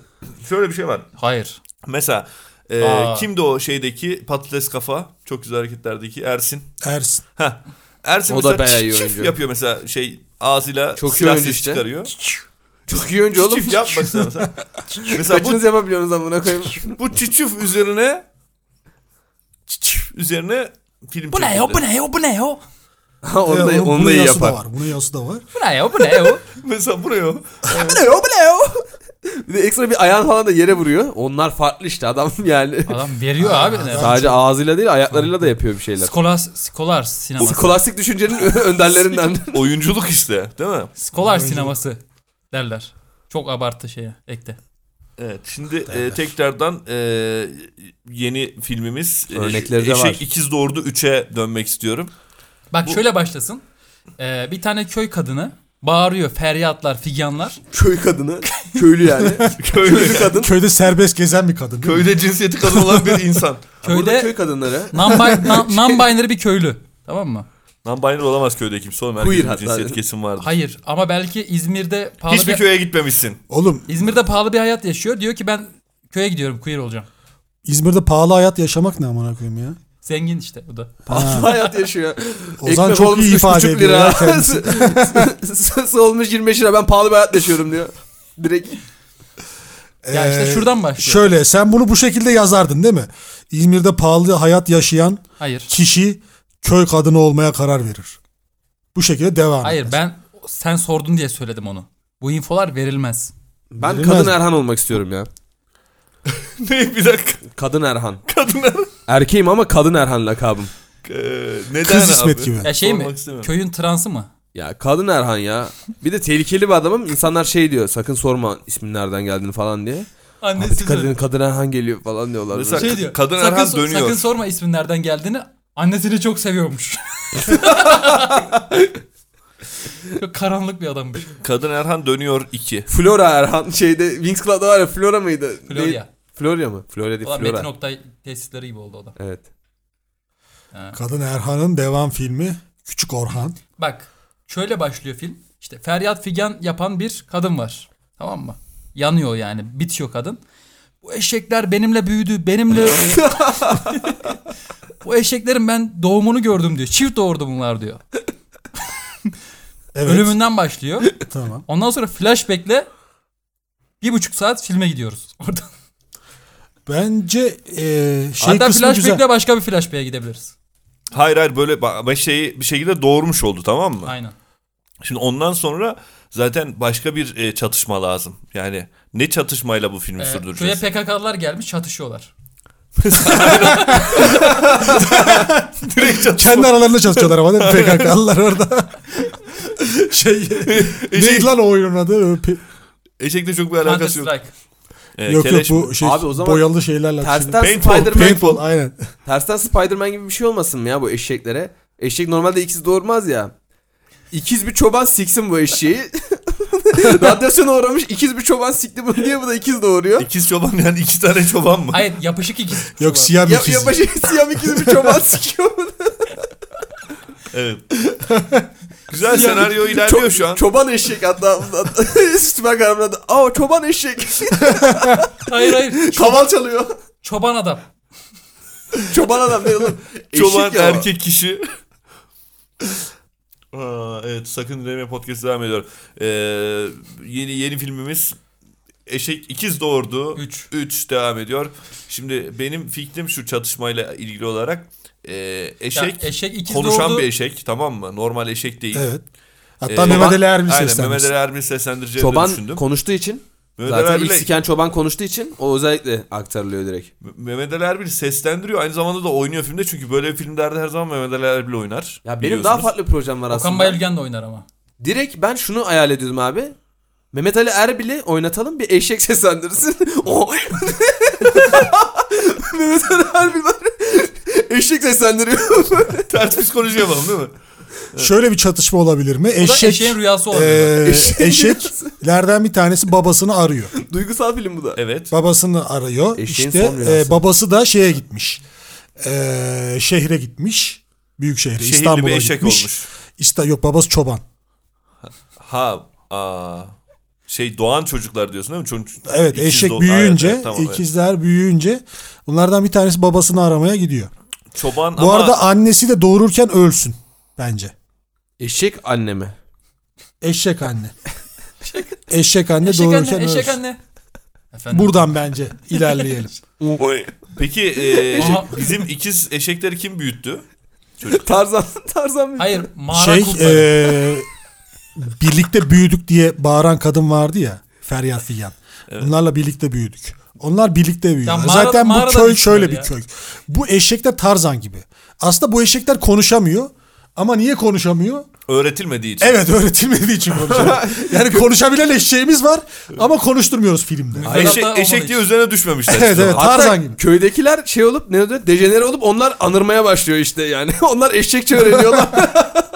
Speaker 1: Şöyle bir şey var.
Speaker 4: Hayır.
Speaker 1: Mesela e,
Speaker 4: Aa.
Speaker 1: kimdi o şeydeki patates kafa çok güzel hareketlerdeki Ersin.
Speaker 3: Ersin.
Speaker 1: Heh. Ersin
Speaker 2: O
Speaker 1: mesela
Speaker 2: da bayağı iyi
Speaker 1: çif- çif
Speaker 2: oyuncu.
Speaker 1: yapıyor mesela şey ağzıyla
Speaker 2: Çok iyi
Speaker 1: silah
Speaker 2: oyuncu
Speaker 1: sesi
Speaker 2: işte.
Speaker 1: çıkarıyor.
Speaker 2: Çok iyi önce oğlum.
Speaker 1: Çiçif yap mesela. mesela. mesela bu,
Speaker 2: Kaçınız yapabiliyorsunuz amına koyayım.
Speaker 1: bu çiçif üzerine çiçif üzerine film
Speaker 4: Bu ne
Speaker 1: çekildi.
Speaker 4: yo? Bu ne yo? Bu ne yo?
Speaker 2: Ha onu
Speaker 3: Ee,
Speaker 2: da,
Speaker 3: onun-
Speaker 2: onu
Speaker 3: bunun
Speaker 2: da iyi
Speaker 3: yası
Speaker 2: yapar.
Speaker 3: Da var. Bunun yası da var.
Speaker 4: Bu ne yo? Bu ne yo?
Speaker 1: Mesela buraya o.
Speaker 2: Bu ne o bu ne o? Bir de ekstra bir ayağını falan da yere vuruyor. Onlar farklı işte adam yani.
Speaker 4: Adam veriyor abi. Ne?
Speaker 2: Sadece ağzıyla değil ayaklarıyla da yapıyor bir şeyler.
Speaker 4: Skolas, skolar sineması.
Speaker 2: Skolastik düşüncenin ö- önderlerinden.
Speaker 1: oyunculuk işte değil mi?
Speaker 4: Skolar sineması derler. Çok abartı şeye ekte.
Speaker 1: Evet şimdi e, tekrardan e, yeni filmimiz e,
Speaker 2: Örnekleri de
Speaker 1: Eşek
Speaker 2: var.
Speaker 1: İkiz Doğurdu 3'e dönmek istiyorum.
Speaker 4: Bak şöyle başlasın. Ee, bir tane köy kadını bağırıyor feryatlar, figanlar.
Speaker 2: Köy kadını. Köylü yani. Köylü kadın.
Speaker 3: Köyde serbest gezen bir kadın. değil mi?
Speaker 1: Köyde cinsiyeti kadın olan bir insan.
Speaker 2: Burada köy
Speaker 4: Köyde
Speaker 2: kadınları.
Speaker 4: non-bi- non- non-binary bir köylü. Tamam mı?
Speaker 1: Non-binary olamaz köyde kimse oğlum. Herkesin
Speaker 2: Queer
Speaker 1: bir
Speaker 2: hatta.
Speaker 1: cinsiyet kesim vardır.
Speaker 4: Hayır ama belki İzmir'de pahalı
Speaker 1: Hiçbir
Speaker 4: bir
Speaker 1: köye gitmemişsin.
Speaker 3: Oğlum
Speaker 4: İzmir'de pahalı bir hayat yaşıyor. Diyor ki ben köye gidiyorum, queer olacağım.
Speaker 3: İzmir'de pahalı hayat yaşamak ne amına koyayım ya?
Speaker 4: Zengin işte bu da.
Speaker 2: Pahalı hayat yaşıyor.
Speaker 3: Ozan çok
Speaker 2: olmuş
Speaker 3: iyi
Speaker 2: üç
Speaker 3: ifade
Speaker 2: buçuk
Speaker 3: ediyor ya kendisi.
Speaker 2: Sosu olmuş 25 lira ben pahalı bir hayat yaşıyorum diyor. Direkt
Speaker 4: Ya işte
Speaker 3: Ee,
Speaker 4: şuradan başlıyor.
Speaker 3: Şöyle sen bunu bu şekilde yazardın değil mi? İzmir'de pahalı hayat yaşayan
Speaker 4: Hayır.
Speaker 3: kişi köy kadını olmaya karar verir. Bu şekilde devam
Speaker 4: Hayır
Speaker 3: eder.
Speaker 4: ben sen sordun diye söyledim onu. Bu infolar verilmez.
Speaker 2: ben
Speaker 3: Bilemez.
Speaker 2: kadın Erhan olmak istiyorum ya.
Speaker 1: ne bir dakika
Speaker 2: Kadın Erhan.
Speaker 1: kadınlar.
Speaker 2: Erkeğim ama kadın Erhan lakabım.
Speaker 1: Ee, neden
Speaker 3: Kız
Speaker 1: abi?
Speaker 3: İsmet gibi.
Speaker 4: Ya şey mi?
Speaker 1: Sormak istemiyorum.
Speaker 4: Köyün transı mı?
Speaker 2: Ya kadın Erhan ya. Bir de tehlikeli bir adamım. İnsanlar şey diyor sakın sorma ismin nereden geldiğini falan diye. Abi
Speaker 4: Annesi
Speaker 2: kadın, kadın Erhan geliyor falan diyorlar.
Speaker 1: Mesela
Speaker 4: şey
Speaker 1: Ka-
Speaker 4: diyor.
Speaker 1: kadın
Speaker 4: sakın,
Speaker 1: Erhan
Speaker 4: so-
Speaker 1: dönüyor.
Speaker 4: Sakın sorma ismin nereden geldiğini. Annesini çok seviyormuş. çok karanlık bir adammış.
Speaker 1: Kadın Erhan dönüyor 2.
Speaker 2: Flora Erhan şeyde Wings Club'da var ya Flora mıydı?
Speaker 4: Florya.
Speaker 2: Ne- Florya mı? Florya değil
Speaker 4: Ulan
Speaker 2: Flora.
Speaker 4: Metin Oktay tesisleri gibi oldu o da.
Speaker 2: Evet.
Speaker 3: Kadın Erhan'ın devam filmi Küçük Orhan.
Speaker 4: Bak şöyle başlıyor film. İşte feryat figan yapan bir kadın var. Tamam mı? Yanıyor yani. Bitiyor kadın. Bu eşekler benimle büyüdü. Benimle... Bu eşeklerin ben doğumunu gördüm diyor. Çift doğurdu bunlar diyor.
Speaker 3: Evet.
Speaker 4: Ölümünden başlıyor.
Speaker 3: Tamam.
Speaker 4: Ondan sonra flashback'le bir buçuk saat filme gidiyoruz. Orada.
Speaker 3: Bence e, şey
Speaker 4: Hatta
Speaker 3: kısmı güzel.
Speaker 4: flashback'le başka bir flashback'e gidebiliriz.
Speaker 1: Hayır hayır böyle ba- bir şeyi bir şekilde doğurmuş oldu tamam mı?
Speaker 4: Aynen.
Speaker 1: Şimdi ondan sonra zaten başka bir e, çatışma lazım. Yani ne çatışmayla bu filmi
Speaker 4: Ee, köye
Speaker 1: sürdüreceğiz?
Speaker 4: PKK'lılar gelmiş çatışıyorlar.
Speaker 1: Direkt çatışma.
Speaker 3: Kendi aralarında çalışıyorlar ama değil mi? PKK'lılar orada. şey neydi lan o oyunun adı? Ö, pe-
Speaker 1: Eşekle çok bir
Speaker 4: Counter
Speaker 1: alakası yok.
Speaker 4: Strike.
Speaker 1: Ee,
Speaker 3: yok yok
Speaker 1: keleş mi?
Speaker 3: bu şey
Speaker 2: Abi o zaman
Speaker 3: boyalı şeylerle.
Speaker 2: Tersten
Speaker 1: Paintball,
Speaker 2: Spider-Man
Speaker 3: Paintball aynen.
Speaker 2: Tersten Spider-Man gibi bir şey olmasın mı ya bu eşeklere? Eşek normalde ikiz doğurmaz ya. İkiz bir çoban siksin bu eşeği. Radyasyona uğramış ikiz bir çoban sikti bunu diye bu da ikiz doğuruyor.
Speaker 1: İkiz çoban yani iki tane çoban mı?
Speaker 4: Hayır yapışık ikisi.
Speaker 3: Yok
Speaker 4: var.
Speaker 3: siyah
Speaker 2: Ya,
Speaker 3: bir çizgi.
Speaker 2: yabaşı siyah ikiz bir çoban sikiyor bunu.
Speaker 1: Evet. Güzel senaryo ilerliyor
Speaker 2: Ço-
Speaker 1: şu an.
Speaker 2: Çoban eşek hatta. Süper kahraman adı. Aa çoban eşek.
Speaker 4: Hayır hayır. Ço-
Speaker 2: Kaval çalıyor.
Speaker 4: çoban adam.
Speaker 2: Çoban adam ne oğlum? Eşek
Speaker 1: Çoban
Speaker 2: ya.
Speaker 1: erkek kişi. Aa, evet sakın deneme podcast devam ediyor. Ee, yeni yeni filmimiz Eşek ikiz doğurdu.
Speaker 4: Üç.
Speaker 1: 3 devam ediyor. Şimdi benim fikrim şu çatışmayla ilgili olarak ee, eşek
Speaker 4: Ya, eşek ikiz
Speaker 1: konuşan
Speaker 4: doğurdu.
Speaker 1: bir eşek tamam mı? Normal eşek değil.
Speaker 3: Evet.
Speaker 1: Ee,
Speaker 3: Hatta Mehmet Ali Erbil
Speaker 1: aynen,
Speaker 3: seslenmiş.
Speaker 1: Mehmet Ali Erbil seslendireceğini
Speaker 2: Çoban
Speaker 1: düşündüm.
Speaker 2: konuştuğu için.
Speaker 1: Mehmet Ali
Speaker 2: Zaten
Speaker 1: Erbil'e-
Speaker 2: ilk siken çoban konuştuğu için o özellikle aktarılıyor direkt.
Speaker 1: Mehmet Ali Erbil seslendiriyor aynı zamanda da oynuyor filmde çünkü böyle filmlerde her zaman Mehmet Ali Erbil oynar.
Speaker 2: Ya benim
Speaker 1: biliyorsunuz.
Speaker 2: daha farklı bir projem var aslında.
Speaker 4: Okan Bayülgen de oynar ama.
Speaker 2: Direkt ben şunu hayal ediyordum abi. Mehmet Ali Erbil'i oynatalım bir eşek seslendirsin. O- Mehmet Ali Erbil var. Eşek seslendiriyor.
Speaker 1: ters psikoloji yapalım değil mi?
Speaker 3: Şöyle bir çatışma olabilir mi?
Speaker 4: O da
Speaker 3: Eşek
Speaker 4: eşeğin rüyası olabilir.
Speaker 3: Ee, eşeklerden bir tanesi babasını arıyor.
Speaker 2: Duygusal film bu da.
Speaker 1: Evet.
Speaker 3: Babasını arıyor.
Speaker 2: Eşeğin
Speaker 3: işte
Speaker 2: son rüyası.
Speaker 3: e, babası da şeye gitmiş. Ee, şehre gitmiş. Büyük şehre
Speaker 1: Şehirli
Speaker 3: İstanbul'a
Speaker 1: bir eşek
Speaker 3: gitmiş.
Speaker 1: olmuş.
Speaker 3: İsta yok babası çoban.
Speaker 1: Ha aa, şey doğan çocuklar diyorsun değil mi? Çocuk,
Speaker 3: Evet
Speaker 1: ikiz
Speaker 3: eşek
Speaker 1: doğ-
Speaker 3: büyüyünce
Speaker 1: Evet, evet, tamam, evet.
Speaker 3: ikizler büyüyünce bunlardan bir tanesi babasını aramaya gidiyor.
Speaker 1: Çoban
Speaker 3: Bu
Speaker 1: ama
Speaker 3: arada annesi de doğururken ölsün bence.
Speaker 1: E-
Speaker 2: Eşek annemi.
Speaker 3: Eşek anne. eşek anne
Speaker 4: eşek
Speaker 3: doğururken
Speaker 4: anne,
Speaker 3: ölsün.
Speaker 4: eşek anne. Efendim.
Speaker 3: Buradan bence ilerleyelim.
Speaker 1: Oy. Peki e,
Speaker 4: Aha.
Speaker 1: bizim ikiz eşekleri kim büyüttü? Çocuk.
Speaker 2: Tarzan, Tarzan bir...
Speaker 4: Hayır mağara
Speaker 3: şey
Speaker 4: kurtları.
Speaker 3: eee, birlikte büyüdük diye bağıran kadın vardı ya Feryat Figen. Bunlarla birlikte büyüdük. Onlar birlikte büyüyor.
Speaker 4: mağara-
Speaker 3: Zaten bu
Speaker 4: mağarada
Speaker 3: köy
Speaker 4: büyütüyorlar
Speaker 3: şöyle
Speaker 4: ya.
Speaker 3: bir köy. Bu eşekler Tarzan gibi. Aslında bu eşekler konuşamıyor Ama niye konuşamıyor?
Speaker 1: Öğretilmediği için.
Speaker 3: Evet öğretilmediği için konuşamıyor. yani konuşabilen eşeğimiz var ama konuşturmuyoruz filmde.
Speaker 4: Müfredatta
Speaker 1: Eşek,
Speaker 4: olmadığı
Speaker 1: Hani eşek diye
Speaker 4: için.
Speaker 1: üzerine düşmemişler.
Speaker 3: Evet, evet.
Speaker 1: Ha,
Speaker 3: Tarzan
Speaker 2: Hatta
Speaker 3: gibi.
Speaker 2: köydekiler şey olup ne oluyor? Dejenere olup onlar anırmaya başlıyor işte yani. onlar eşekçe öğreniyorlar.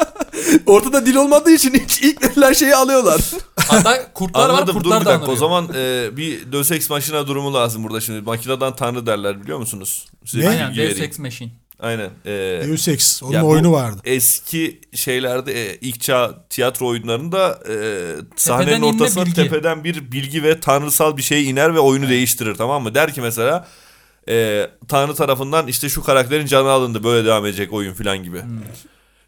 Speaker 2: Ortada dil olmadığı için ilk, ilk verilen şeyi alıyorlar.
Speaker 4: Hatta kurtlar var
Speaker 1: Anladım dur bir
Speaker 4: kurtlar da
Speaker 1: dakika
Speaker 4: anlıyor.
Speaker 1: o zaman e, bir Deus Ex Machina durumu lazım burada şimdi. Makineden tanrı derler biliyor musunuz? Size
Speaker 3: Ne?
Speaker 1: bir
Speaker 4: Aynen
Speaker 1: bilgi
Speaker 4: Deus
Speaker 1: vereyim.
Speaker 4: Ex Machine.
Speaker 1: Aynen. E,
Speaker 3: Deus Ex onun
Speaker 1: Ya bu-
Speaker 3: oyunu vardı.
Speaker 1: eski şeylerde e, ilk çağ tiyatro oyunlarında e, sahnenin
Speaker 4: inme
Speaker 1: ortasına
Speaker 4: bilgi.
Speaker 1: tepeden bir bilgi ve tanrısal bir şey iner ve oyunu değiştirir tamam mı? Der ki mesela e, tanrı tarafından işte şu karakterin canı alındı böyle devam edecek oyun falan gibi.
Speaker 3: Hmm.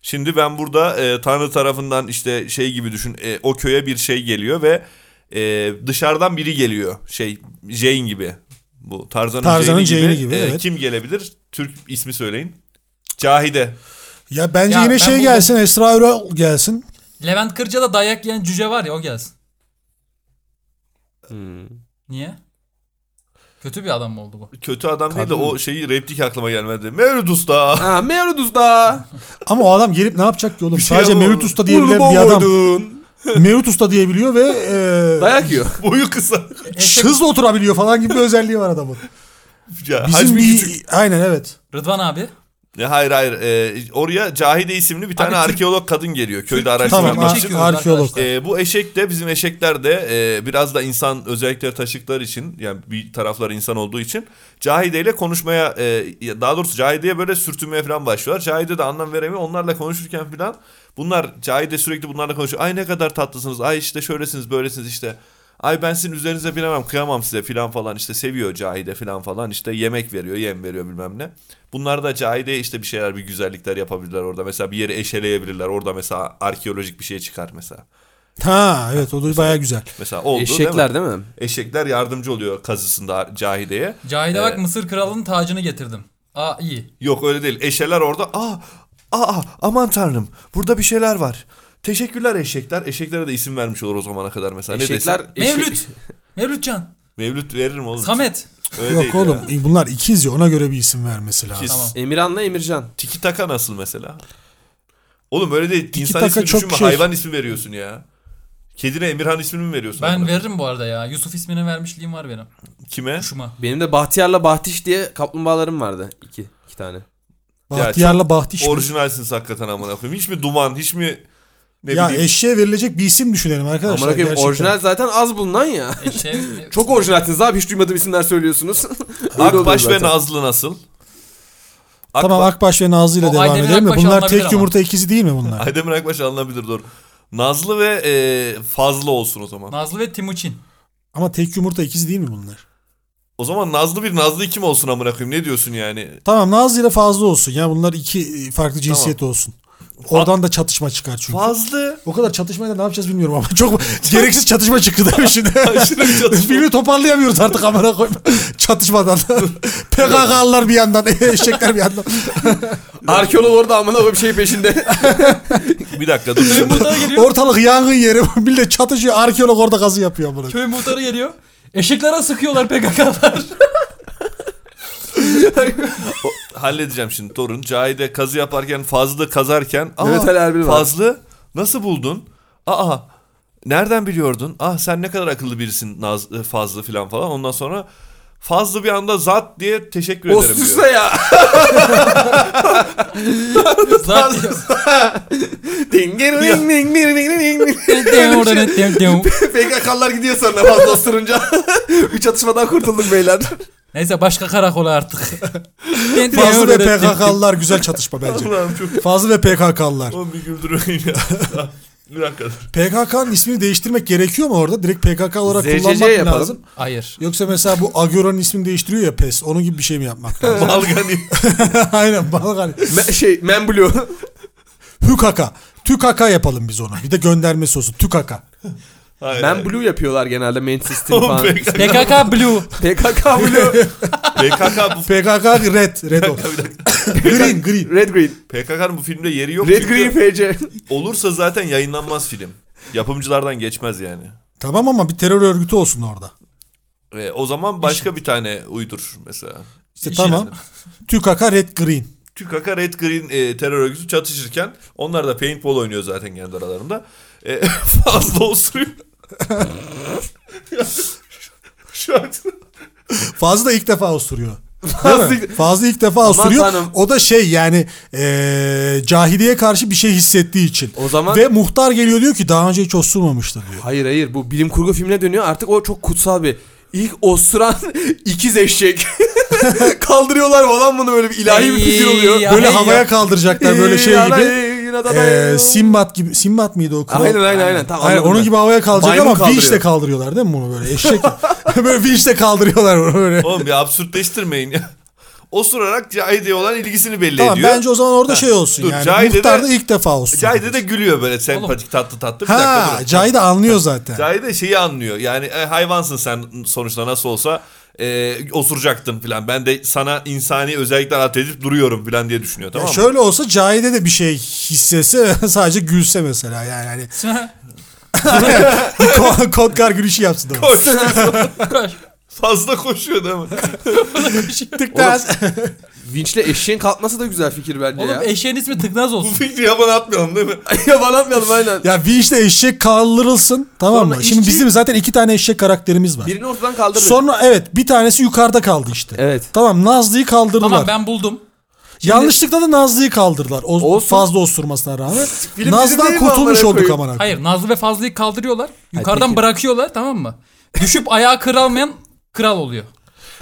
Speaker 1: Şimdi ben burada e, tanrı tarafından işte şey gibi düşün e, o köye bir şey geliyor ve e, dışarıdan biri geliyor şey Jane gibi bu Tarzan'ın,
Speaker 3: Tarzan'ın Jane'i gibi,
Speaker 1: E,
Speaker 3: evet.
Speaker 1: Kim gelebilir? Türk ismi söyleyin. Cahide.
Speaker 3: Ya bence
Speaker 4: Ya ben
Speaker 3: yine şey
Speaker 4: buldum.
Speaker 3: gelsin Esra Erol gelsin.
Speaker 4: Levent Kırca'da dayak yiyen cüce var ya o gelsin.
Speaker 2: Hmm.
Speaker 4: Niye? Kötü bir adam mı oldu bu?
Speaker 1: Kötü adam değil de
Speaker 2: Kadın.
Speaker 1: o şeyi replik aklıma gelmedi. Mevlüt Usta.
Speaker 2: ha, Mevlüt da.
Speaker 3: Ama o adam gelip ne yapacak ki oğlum?
Speaker 1: şey
Speaker 3: Sadece
Speaker 1: yapamam.
Speaker 3: Mevlüt Usta diyebilen bir adam. Mevlüt Usta diyebiliyor ve e,
Speaker 2: Dayak yiyor.
Speaker 1: Boyu kısa.
Speaker 4: Eşek
Speaker 3: hızla oturabiliyor falan gibi bir özelliği var adamın.
Speaker 1: Ya,
Speaker 3: Bizim
Speaker 1: hacmi
Speaker 3: bir,
Speaker 1: küçük.
Speaker 3: aynen evet.
Speaker 4: Rıdvan abi.
Speaker 1: Ya, hayır hayır. Ee, oraya Cahide isimli bir tane
Speaker 4: Türk-
Speaker 1: arkeolog kadın geliyor. Köyde
Speaker 3: Tamam,
Speaker 1: araştırmak
Speaker 3: ar-
Speaker 1: için.
Speaker 4: çekiyoruz
Speaker 3: arkeolog.
Speaker 4: arkadaşlar.
Speaker 1: Ee, bu eşek de bizim eşekler de e, biraz da insan özellikleri taşıkları için yani bir tarafları insan olduğu için Cahide ile konuşmaya e, ya daha doğrusu Cahide'ye böyle sürtünmeye falan başlıyorlar. Cahide de anlam veremiyor. Onlarla konuşurken falan bunlar Cahide sürekli bunlarla konuşuyor. Ay ne kadar tatlısınız. Ay işte şöylesiniz böylesiniz işte. Ay ben sizin üzerinize bilemem kıyamam size filan falan işte seviyor Cahide filan falan işte yemek veriyor yem veriyor bilmem ne. Bunlar da Cahide'ye işte bir şeyler bir güzellikler yapabilirler orada mesela bir yeri eşeleyebilirler orada mesela arkeolojik bir şey çıkar mesela.
Speaker 3: Ha evet o da baya güzel.
Speaker 1: Mesela oldu değil mi?
Speaker 2: Eşekler değil mi?
Speaker 1: Eşekler yardımcı oluyor kazısında Cahide'ye.
Speaker 4: Cahide
Speaker 1: Ee,
Speaker 4: bak Mısır kralının tacını getirdim. Aa iyi.
Speaker 1: Yok öyle değil. Eşeler orada. Aa, aa aman tanrım. Burada bir şeyler var. Teşekkürler eşekler. Eşeklere de isim vermiş olur o zamana kadar mesela. Ne
Speaker 2: Eşekler.
Speaker 1: desin?
Speaker 2: eşek-
Speaker 4: Mevlüt. Mevlütcan.
Speaker 1: Mevlüt veririm oğlum.
Speaker 4: Samet.
Speaker 1: Öyle
Speaker 3: Yok
Speaker 1: değil
Speaker 3: oğlum
Speaker 1: ya.
Speaker 3: bunlar ikiz ya ona göre bir isim vermesi lazım.
Speaker 1: İkiz.
Speaker 4: Tamam.
Speaker 2: Emirhan'la Emircan.
Speaker 1: Tiki taka nasıl mesela? Oğlum öyle değil. İnsan
Speaker 3: taka
Speaker 1: ismi
Speaker 3: çok
Speaker 1: düşünme.
Speaker 3: şey.
Speaker 1: Hayvan ismi veriyorsun ya. Kedine Emirhan ismini mi veriyorsun?
Speaker 4: Ben
Speaker 1: amına?
Speaker 4: veririm bu arada ya. Yusuf ismini vermişliğim var benim.
Speaker 1: Kime?
Speaker 4: Kuşuma.
Speaker 2: Benim de Bahtiyar'la Bahtiş diye kaplumbağalarım vardı. İki. iki tane.
Speaker 3: Bahtiyar'la Bahtiş. mi?
Speaker 1: Orijinalsin hakikaten amına koyayım. Hiç mi duman, hiç mi ne
Speaker 3: Ya
Speaker 1: bileyim.
Speaker 3: eşeğe verilecek bir isim düşünelim arkadaşlar.
Speaker 2: Amına koyayım
Speaker 3: gerçekten.
Speaker 2: orijinal zaten az bulunan ya.
Speaker 4: E, şey-
Speaker 2: Çok orijinalsiniz abi hiç duymadığım isimler söylüyorsunuz. Öyle oluyor
Speaker 1: Akbaş ve
Speaker 2: zaten.
Speaker 1: Nazlı nasıl?
Speaker 3: Tamam Akbaş ve Nazlı ile
Speaker 4: O
Speaker 3: devam
Speaker 4: Aydemir
Speaker 3: edelim mi?
Speaker 4: Akbaş
Speaker 3: Bunlar
Speaker 4: alınabilir
Speaker 3: tek
Speaker 4: ama.
Speaker 3: yumurta ikizi değil mi bunlar?
Speaker 1: Aydemir Akbaş alınabilir doğru. Nazlı ve e, Fazlı olsun o zaman.
Speaker 4: Nazlı ve Timuçin.
Speaker 3: Ama tek yumurta ikizi değil mi bunlar?
Speaker 1: O zaman Nazlı bir Nazlı iki mi olsun amına koyayım ne diyorsun yani?
Speaker 3: Tamam Nazlı ile fazla olsun. Ya bunlar iki e, farklı cinsiyet olsun. Oradan da çatışma çıkar çünkü.
Speaker 1: Fazlı.
Speaker 3: O kadar çatışmayla ne yapacağız bilmiyorum ama çok gereksiz çatışma çıktı değil mi şimdi?
Speaker 1: Aşırı bir çatışma.
Speaker 3: Filmi toparlayamıyoruz artık amına koyma. Çatışmadan. PKK'lılar bir yandan, eşekler bir yandan.
Speaker 2: Arkeolog orada amına koyayım şey peşinde.
Speaker 1: bir dakika dur şimdi.
Speaker 4: Muhtarı geliyor.
Speaker 3: Ortalık yangın yeri. Millet çatışıyor. Arkeolog orada kazı yapıyor amına.
Speaker 4: Köy muhtarı geliyor. Eşeklere sıkıyorlar PKK'lar.
Speaker 1: Halledeceğim şimdi torun. Cahide kazı yaparken Fazlı kazarken. Aa,
Speaker 2: Mehmet Ali Erbil var.
Speaker 1: Fazlı nasıl buldun? Aa nereden biliyordun? Ah sen ne kadar akıllı birisin Naz, e, Fazlı filan falan. Ondan sonra Fazlı bir anda zat diye teşekkür ederim
Speaker 2: Ostus'la
Speaker 1: diyor.
Speaker 2: ya.
Speaker 4: Zaten
Speaker 2: ding ding ding ding ding ding ding ding.
Speaker 4: şey.
Speaker 2: PKK'lar gidiyor sonra fazla osurunca. Üç atışmadan kurtulduk beyler.
Speaker 4: Neyse başka karakola artık.
Speaker 3: Fazlı ve PKK'lılar güzel çatışma bence.
Speaker 1: Allah'ım çok
Speaker 3: Fazlı ve PKK'lılar.
Speaker 1: Oğlum bir güldürmeyin ya. bir dakika.
Speaker 3: PKK'nın ismini değiştirmek gerekiyor mu orada? Direkt PKK olarak
Speaker 2: ZCC
Speaker 3: kullanmak mı
Speaker 2: yapalım.
Speaker 3: lazım?
Speaker 4: Hayır.
Speaker 3: Yoksa mesela bu Agora'nın ismini değiştiriyor ya PES. Onun gibi bir şey mi yapmak lazım?
Speaker 1: Balgani.
Speaker 3: Aynen Balkan.
Speaker 2: Me- şey Menblue.
Speaker 3: Hükaka. Tükaka yapalım biz onu. Bir de göndermesi olsun. Tükaka.
Speaker 1: Hayır, hayır.
Speaker 2: Menblue yapıyorlar genelde Manchester
Speaker 1: Oğlum
Speaker 2: falan.
Speaker 1: PKK,
Speaker 4: PKK Blue.
Speaker 2: PKK Blue.
Speaker 1: PKK bu
Speaker 3: PKK red. Red o. green green.
Speaker 2: Red Green.
Speaker 1: PKK'nın bu filmde yeri yok.
Speaker 2: Red
Speaker 1: çünkü
Speaker 2: Green FC.
Speaker 1: Olursa zaten yayınlanmaz film. Yapımcılardan geçmez yani.
Speaker 3: Tamam ama bir terör örgütü olsun orada.
Speaker 1: Ve o zaman başka bir tane uydur mesela.
Speaker 3: İşte
Speaker 4: İş
Speaker 3: tamam.
Speaker 1: yani.
Speaker 3: Tükaka red green.
Speaker 1: TÜKAK'a Red Green e, terör örgütü çatışırken onlar da paintball oynuyor zaten kendi aralarında. E, fazla osuruyor. Şu an
Speaker 3: Fazla da ilk defa osuruyor. Değil mi? Fazla ilk defa osuruyor.
Speaker 2: tanrım.
Speaker 3: O da şey yani eee cahiliye karşı bir şey hissettiği için.
Speaker 2: O zaman-
Speaker 3: Ve muhtar geliyor diyor ki daha önce hiç osurmamıştı diyor.
Speaker 2: Hayır hayır bu bilim kurgu filmine dönüyor artık o çok kutsal bir. İlk osuran ikiz eşek. Kaldırıyorlar falan bunu böyle bir ilahi bir fikir oluyor.
Speaker 4: Ya,
Speaker 3: böyle
Speaker 4: hey
Speaker 3: havaya
Speaker 4: ya.
Speaker 3: kaldıracaklar böyle şey gibi. Eee
Speaker 2: Simba.
Speaker 3: Simbat gibi Simbat mıydı o kral?
Speaker 2: Aynen aynen aynen. Tamam,
Speaker 3: Hayır
Speaker 2: anladım
Speaker 3: onun
Speaker 2: ben.
Speaker 3: gibi havaya kalacak
Speaker 2: Maymun
Speaker 3: ama vinçle
Speaker 2: kaldırıyor.
Speaker 3: kaldırıyorlar değil mi bunu böyle eşek? böyle vinçle kaldırıyorlar bunu böyle.
Speaker 1: Oğlum bir absürtleştirmeyin ya. Osurarak Cahide olan ilgisini belli
Speaker 3: Tamam
Speaker 1: ediyor.
Speaker 3: bence o zaman orada şey olsun
Speaker 1: Dur,
Speaker 3: yani.
Speaker 1: Cahide
Speaker 3: muhtar
Speaker 1: de-
Speaker 3: da ilk defa olsun.
Speaker 1: Cahide de gülüyor böyle sempatik tatlı tatlı. Bir dakika
Speaker 3: ha
Speaker 1: dur.
Speaker 3: Cahide anlıyor zaten.
Speaker 1: Cahide şeyi anlıyor. Yani e, hayvansın sen sonuçta nasıl olsa e, osuracaktın falan. Ben de sana insani özellikler atfedip duruyorum falan diye düşünüyor
Speaker 3: Ya
Speaker 1: tamam mı?
Speaker 3: E, şöyle olsa Cahide de bir şey hissetse sadece gülse mesela yani. Hani bir ko- kotkar gülüşü yapsın. da.
Speaker 1: Koş.
Speaker 4: Koş.
Speaker 1: Fazla koşuyor değil mi?
Speaker 3: Tıklas.
Speaker 2: Vinçle eşeğin kalkması da güzel fikir bence
Speaker 4: Oğlum
Speaker 2: ya.
Speaker 4: eşeğin ismi tıknaz
Speaker 1: Bu
Speaker 4: olsun.
Speaker 1: fikri yaban atmayalım değil mi?
Speaker 2: Yalanmayalım aynen.
Speaker 3: ya bir işte eşek kaldırılsın tamam
Speaker 2: Sonra
Speaker 3: mı? Şimdi
Speaker 2: işçi-
Speaker 3: bizim zaten iki tane eşek karakterimiz var.
Speaker 2: Birini ortadan kaldırır.
Speaker 3: Sonra evet bir tanesi yukarıda kaldı işte.
Speaker 2: Evet.
Speaker 3: Tamam Nazlı'yı kaldırdılar.
Speaker 4: Tamam ben buldum.
Speaker 3: Yanlışlıkla da Nazlı'yı kaldırdılar. O
Speaker 2: Olsun.
Speaker 3: fazla osurmasına rağmen.
Speaker 2: bizim değil
Speaker 3: Naz'dan
Speaker 2: mi
Speaker 3: kurtulmuş
Speaker 2: amına
Speaker 3: olduk
Speaker 2: koyayım?
Speaker 3: amına
Speaker 4: Hayır
Speaker 3: koyayım.
Speaker 4: Nazlı ve Fazlı'yı kaldırıyorlar. Yukarıdan
Speaker 2: peki.
Speaker 4: bırakıyorlar tamam mı? Düşüp ayağı kırılmayan kral oluyor.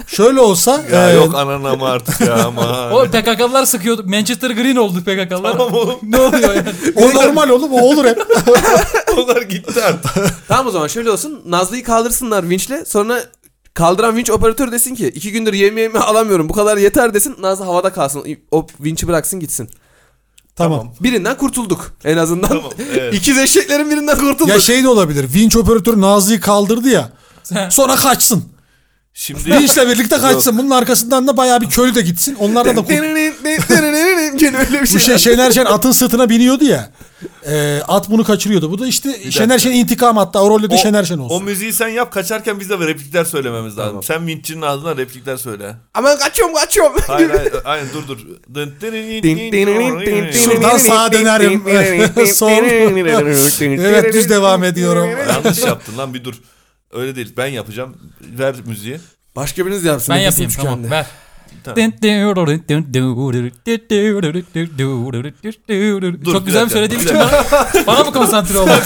Speaker 3: Şöyle olsa
Speaker 1: Ya
Speaker 3: e,
Speaker 1: yok ananı ama artık ya ama.
Speaker 4: Oğlum PKK'lılar sıkıyordu. Manchester Green oldu PKK'lılar.
Speaker 1: Tamam oğlum.
Speaker 4: Ne oluyor yani?
Speaker 3: o normal oğlum o olur hep.
Speaker 1: Onlar gitti artık.
Speaker 2: Tamam o zaman şöyle olsun. Nazlı'yı kaldırsınlar vinçle. Sonra kaldıran vinç operatörü desin ki iki gündür yemeğimi alamıyorum bu kadar yeter desin. Nazlı havada kalsın. O vinçi bıraksın gitsin.
Speaker 3: tamam.
Speaker 2: Birinden kurtulduk en azından.
Speaker 1: Tamam, evet.
Speaker 2: İkiz eşeklerin birinden kurtulduk.
Speaker 3: Ya şey de olabilir. Vinç operatörü Nazlı'yı kaldırdı ya. Sonra kaçsın.
Speaker 1: Şimdi
Speaker 3: Vinç'le birlikte kaçsın. Bunun arkasından da bayağı bir köylü de gitsin. Onlardan da kurt-
Speaker 2: Gene öyle bir
Speaker 3: Bu
Speaker 2: şey.
Speaker 3: şey, Şener Şen atın sırtına biniyordu ya. Ee, at bunu kaçırıyordu. Bu da işte Şener Şen intikam hatta. O rolde de Şener Şen
Speaker 1: o
Speaker 3: olsun.
Speaker 1: müziği sen yap kaçarken biz de replikler söylememiz lazım. Sen Vinç'in ağzına replikler söyle.
Speaker 2: Aman kaçıyorum kaçıyorum.
Speaker 1: Hayır hayır aynen dur dur.
Speaker 3: Şuradan sağa dönerim. Sol. evet düz devam ediyorum.
Speaker 1: Yanlış yaptın lan bir dur. Öyle değil ben yapacağım. Ver müziği.
Speaker 2: Başka biriniz yapsın.
Speaker 4: Ben
Speaker 2: nefes
Speaker 4: yapayım
Speaker 2: almış
Speaker 4: tamam
Speaker 2: kendi.
Speaker 4: ver.
Speaker 1: Dur,
Speaker 4: Çok
Speaker 1: bir
Speaker 4: güzel
Speaker 1: dakika,
Speaker 4: mi söylediğim
Speaker 1: bir
Speaker 4: için bana, bana mı konsantre olmak?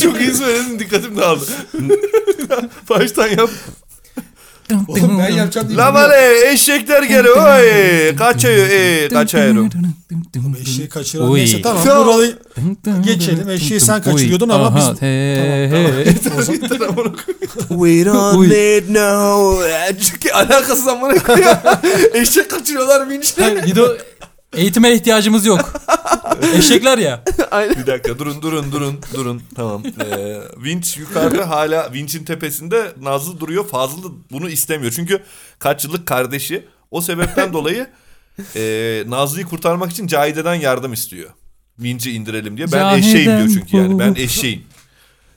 Speaker 1: Çok iyi söyledin dikkatim dağıldı. Baştan yap.
Speaker 3: Oğlum ben yapacağım değil.
Speaker 1: Lamale eşekler geri oy. Kaçıyor e kaçıyorum.
Speaker 3: Eşeği kaçıran
Speaker 4: Uy.
Speaker 3: neyse tamam.
Speaker 2: Tamam.
Speaker 3: Burayı geçelim. Eşeği sen kaçırıyordun ama biz...
Speaker 2: We don't need no... Çünkü alakasız amına koyuyor. Eşek kaçırıyorlar vinçle.
Speaker 4: Gido eğitime ihtiyacımız yok. Eşekler ya.
Speaker 2: Aynen.
Speaker 1: Bir dakika durun durun durun durun tamam. Ee, vinç yukarıda hala vinçin tepesinde Nazlı duruyor. Fazlı da bunu istemiyor. Çünkü kaç yıllık kardeşi o sebepten dolayı e, Nazlı'yı kurtarmak için Cahide'den yardım istiyor. Vinci indirelim diye. Ben
Speaker 4: Cahiden
Speaker 1: eşeğim diyor çünkü yani ben
Speaker 4: bu.
Speaker 1: eşeğim.